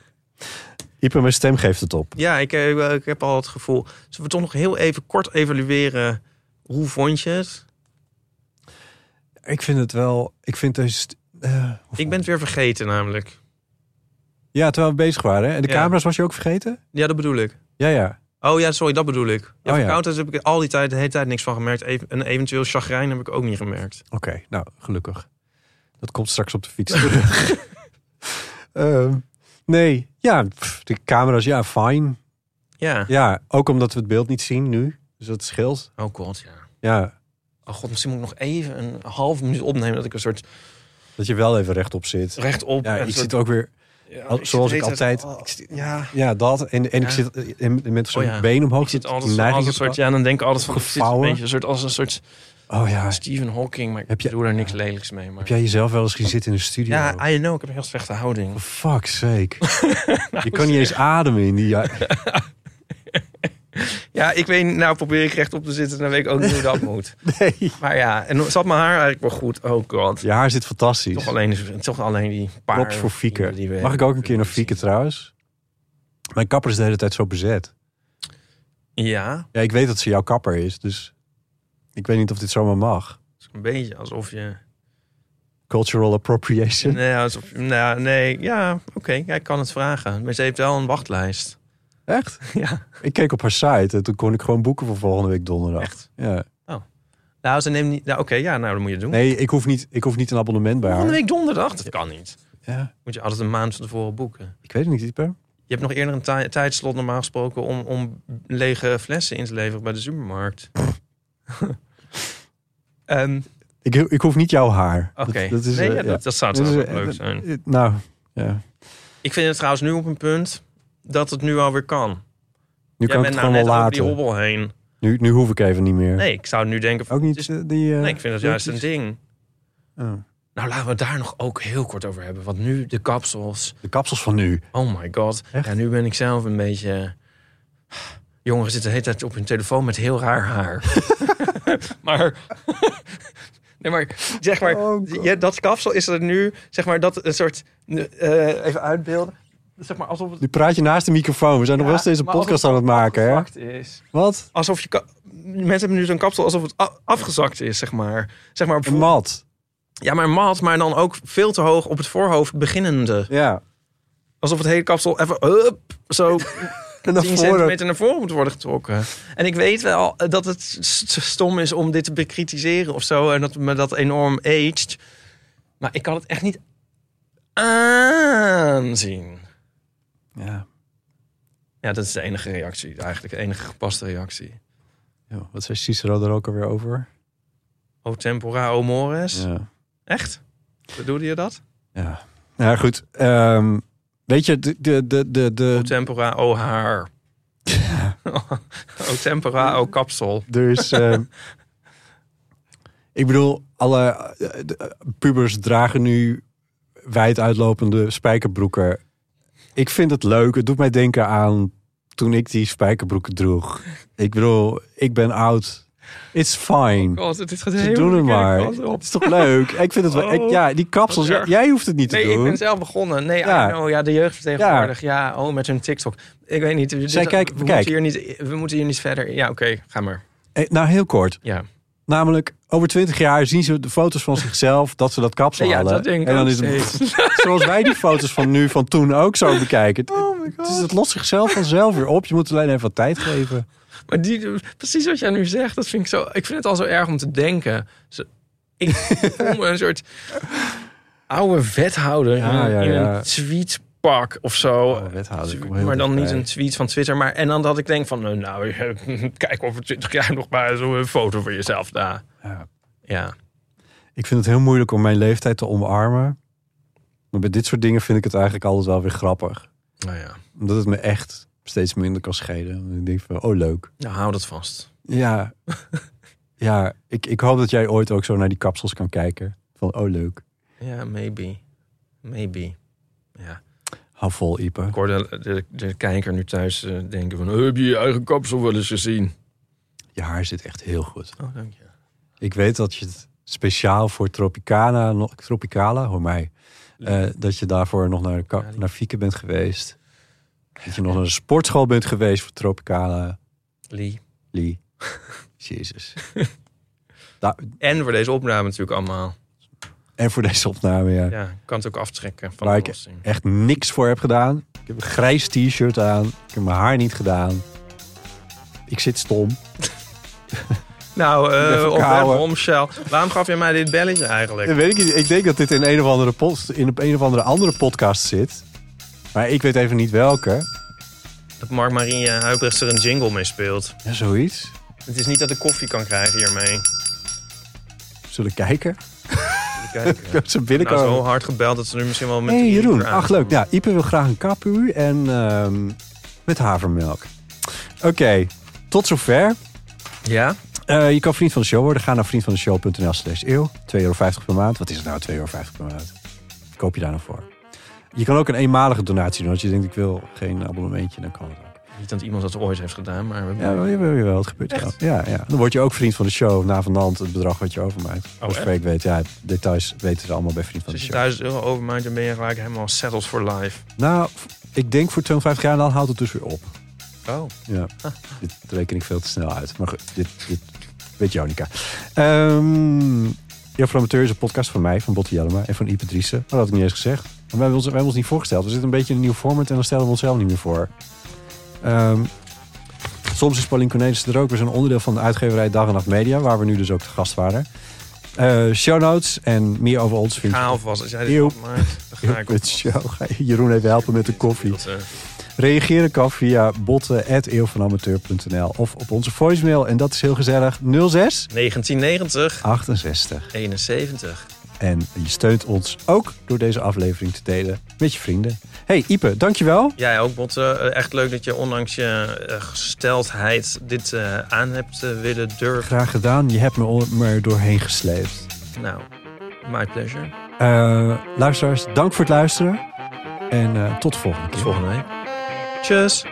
Ieper, mijn stem geeft het op.
Ja, ik, eh, ik heb al het gevoel... Zullen we toch nog heel even kort evalueren... Hoe vond je het?
Ik vind het wel, ik vind deze... st- eh, hoe-
Ik ben het weer vergeten namelijk.
Ja, terwijl we bezig waren. hè? En de
Ja.
camera's was je ook vergeten?
Ja, dat bedoel ik.
Ja, ja.
Oh ja, sorry, dat bedoel ik. Ja,
Oh ja.
verkoudheid heb ik al die tijd, de hele tijd niks van gemerkt. Even, een eventueel chagrijn heb ik ook niet gemerkt.
Oké, nou, gelukkig. Dat komt straks op de fiets terug. Ehm, nee, ja, pff, de camera's, ja, fine.
Ja.
Ja, ook omdat we het beeld niet zien nu. Dus dat scheelt.
Oh god, ja.
Ja,
Oh god, misschien moet ik nog even een half minuut opnemen... dat ik een soort
dat je wel even rechtop zit.
rechtop...
Ja,
en een
ik
soort-
zit ook weer...
ja,
al-
zit
zoals
de
ik
hele tijd-
altijd-
oh, ja.
Ja, dat. En, en
Ja.
ik zit eh, en met zo'n
Oh ja.
been omhoog.
Ik zit
dat
altijd
die neiging
als een
heb
soort... Ja, dan denk ik altijd van... ik zit een
Gevouwen.
beetje een soort, als een soort
gehad. Oh ja,
Stephen Hawking... maar ik
Heb je-
doe daar niks lelijks mee. Maar...
heb jij jezelf wel eens gezien zitten in een studio?
ja, I know, ik heb een heel slechte houding.
Fuck sake.
Nou,
je kan niet eens ademen in die... Ja,
Ja, ik weet niet, nou probeer ik rechtop te zitten... dan weet ik ook niet hoe dat moet.
nee.
Maar ja, en zat mijn haar eigenlijk wel goed. Oh god.
Je haar zit fantastisch.
Toch alleen, toch alleen die paar...
Props voor Fieke.
die we-
Mag ik ook een keer naar Fieke trouwens? Mijn kapper is de hele tijd zo bezet.
Ja,
Ja, ik weet dat ze jouw kapper is, dus ik weet niet of dit zomaar mag.
het is een beetje alsof je...
Cultural appropriation.
Nee, alsof, nou, nee ja, oké, ja, ik kan het vragen. Maar ze heeft wel een wachtlijst.
Echt?
Ja,
Ik keek op haar site en toen kon ik gewoon boeken voor volgende week donderdag.
echt.
Ja.
Nou, ze neemt niet... Nou, oké, ja, nou, dat moet je doen.
Nee, ik hoef, niet, ik hoef niet een abonnement bij haar.
Volgende week donderdag? Dat kan niet.
Ja,
Moet je altijd een maand van tevoren boeken.
ik weet het niet, Dieper.
Je hebt nog eerder een ti- tijdslot normaal gesproken... Om, om lege flessen in te leveren bij de supermarkt. Ehm,
Ik, ik hoef niet jouw haar.
oké,
Dat, dat is,
nee,
eh,
ja,
ja.
dat, dat zou
Dat is,
trouwens
eh,
ook leuk
dat-
zijn.
eh, Nou, ja.
Ik vind het trouwens nu op een punt dat het nu alweer kan.
Nu
Jij
kan ik
bent
het
nou
gewoon
net
wel
over die
laten.
hobbel heen.
Nu, nu hoef ik even niet meer.
Nee, ik zou nu denken... van,
Ook niet
het is-
eh, die... eh,
nee, ik vind dat juist een ding.
Oh.
Nou, laten we het daar nog ook heel kort over hebben. Want nu de kapsels.
De kapsels van nu.
Oh my god.
Echt?
Ja, nu ben ik zelf een beetje... Jongeren zitten de hele tijd op hun telefoon met heel raar haar. maar... nee, maar zeg maar...
Oh God.
ja, dat kapsel is er nu... Zeg maar dat een soort... eh, even uitbeelden. Zeg maar alsof het...
Nu praat je naast de microfoon. We zijn nog
Ja,
wel steeds een
maar als
podcast
het
aan het maken, hè?
afgezakt is.
Wat?
Alsof je... ka- Mensen hebben nu zo'n kapsel alsof het a- afgezakt is, zeg maar. Zeg maar
Een mat.
ja, maar mat, maar dan ook veel te hoog op het voorhoofd beginnende.
Ja.
Alsof het hele kapsel even up, zo 10
En naar voren.
centimeter naar voren moet worden getrokken. En ik weet wel eh, dat het st- stom is om dit te bekritiseren of zo. En dat me dat enorm aged. Maar ik kan het echt niet aanzien.
Ja.
Ja, dat is de enige reactie. Eigenlijk de enige gepaste reactie.
Ja, Wat zei Cicero er ook alweer over?
O tempora, o mores.
Ja.
Echt? Bedoelde je dat?
Ja. Nou ja, goed. Ehm, weet je, de, de, de, de,
O
de,
tempora, o haar. o tempora, o kapsel.
er is... ehm, ik bedoel, alle eh, de, eh, pubers dragen nu wijd uitlopende spijkerbroeken. Ik vind het leuk. Het doet mij denken aan toen ik die spijkerbroeken droeg. Ik bedoel, ik ben oud. It's fine.
God, dit gaat
Ze
helemaal
doen
de
het maar.
kant op.
Het is toch leuk? Ik vind het wel... ik-
Oh,
ja, die kapsels.
wat
jij-
erg.
Jij hoeft het niet te
Nee, ik
doen.
ben zelf begonnen. Nee,
Ja.
ja. know, ja, de jeugdvertegenwoordiger. Ja. oh, met hun TikTok. Ik weet niet. dit-
Zij kijken-
we,
kijk.
Moeten hier niet, we moeten hier niet verder. Ja, oké, ga maar.
Eh, Nou, heel kort.
Ja.
Namelijk, over twintig jaar zien ze de foto's van zichzelf dat ze dat kapsel
Nee, ja,
halen.
dat denk ik
en dan
ook
is het
steeds.
zoals wij die foto's van nu, van toen ook zo bekijken. Het-
Oh
Dus het lost zichzelf vanzelf weer op. Je moet alleen even wat tijd geven.
Maar die, precies wat jij nu zegt, dat vind ik zo. Ik vind het al zo erg om te denken. Zo- ik voel me een soort. oude wethouder
Ja,
in,
ja,
in
ja.
een tweetpak of zo.
Oude Oh, wethouder, ik kom heel
maar dan niet
dichtbij.
een tweet van Twitter. Maar, en dan dat ik denk van, eh, nou, kijk over 20 jaar nog maar zo'n foto van jezelf daar.
Ja.
Ja.
Ik vind het heel moeilijk om mijn leeftijd te omarmen. Maar bij dit soort dingen vind ik het eigenlijk altijd wel weer grappig.
Nou ja,
Omdat het me echt steeds minder kan schelen. Ik denk van, oh leuk.
nou hou dat vast.
Ja, ja ik, ik hoop dat jij ooit ook zo naar die kapsels kan kijken. Van, oh leuk.
Ja, maybe. Maybe. Ja.
Hou vol, Ipe.
Ik hoorde de, de kijker nu thuis eh, denken van... Heb je je eigen kapsel wel eens gezien?
Je haar zit echt heel goed.
Oh, dank je.
Ik weet dat je het speciaal voor Tropicana, nog- Tropicala, hoor mij, eh, dat je daarvoor nog naar, de ka- naar Fieke bent geweest. Dat je nog naar de sportschool bent geweest voor Tropicana.
Lee.
Lee. Jezus. Da-
En voor deze opname natuurlijk allemaal.
en voor deze opname, ja.
Ja, ik kan het ook aftrekken van
Waar
de
ik-
belasting.
Echt niks voor heb gedaan. Ik heb een grijs t-shirt aan. Ik heb mijn haar niet gedaan. Ik zit stom.
Nou,
ben
eh of
verkouden.
waarom, Shell? Waarom gaf je mij dit belletje eigenlijk?
Dat weet ik niet. Ik denk dat dit in een of andere, post, in een of andere andere podcast zit. Maar ik weet even niet welke.
Dat Mark Marie Huibrechts er een jingle mee speelt.
Ja, zoiets.
Het is niet dat ik koffie kan krijgen hiermee.
Zullen we kijken?
Kijk, eh,
Dat ze binnenkomen.
nou, zo hard gebeld dat ze nu misschien wel met...
hey,
de
Jeroen.
uur aan-
Ach, leuk. Ja, Ipe wil graag een kapu en ehm, met havermelk. Oké, tot zover.
Ja?
Eh, je kan vriend van de show worden. Ga naar vriendvandeshow.nl slash eeuw. 2,50 euro per maand. Wat is het nou, 2,50 euro per maand? Wat Koop je daar nou voor? Je kan ook een eenmalige donatie doen. Als je denkt, ik wil geen abonnementje, dan kan dat ook.
Niet dat iemand dat ooit heeft gedaan, maar...
Ja, wel, jawel, jawel, het gebeurt wel. Ja, ja. Dan word je ook vriend van de show. Na van de hand het bedrag wat je overmaakt. Als
Oh, echt?
ik weet, ja, details weten ze allemaal bij vriend van de
Als je
show.
1000 euro overmaakt, dan ben je gelijk helemaal settled for life.
Nou, ik denk voor 52 jaar, dan houdt het dus weer op.
Oh.
Ja, dit reken ik veel te snel uit. Maar goed, dit, dit weet Jonica. Ehm Jouw Flamateur is een podcast van mij, van Botte Jellema en van Ipe Driessen. Maar dat had ik niet eens gezegd. Maar wij hebben ons, wij hebben ons niet voorgesteld. We zitten een beetje in een nieuw format en dan stellen we onszelf niet meer voor. Ehm, soms is Paulien Cornelissen er ook. We zijn onderdeel van de uitgeverij Dag en Nacht Media, waar we nu dus ook te gast waren. Eh, show notes en meer over ons vind
Ga
je
alvast. Als jij dit
Eeuw.
opmaakt, dan ga ik
op het show. Ga je Jeroen even helpen met de koffie.
Dat, eh,
Reageren kan via botten.eeuwvanamateur.nl of op onze voicemail. En dat is heel gezellig. 06
1990,
68.
71.
En je steunt ons ook door deze aflevering te delen met je vrienden. hey Ipe, dankjewel.
Jij ook, Botte. Eh, Echt leuk dat je ondanks je eh, gesteldheid dit eh, aan hebt eh, willen durven.
Graag gedaan. Je hebt me on- er doorheen gesleept.
Nou, my pleasure.
Eh, luisteraars, dank voor het luisteren. En eh, tot de volgende
Tot
keer.
volgende week. Tjus.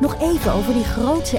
Nog even over die grootse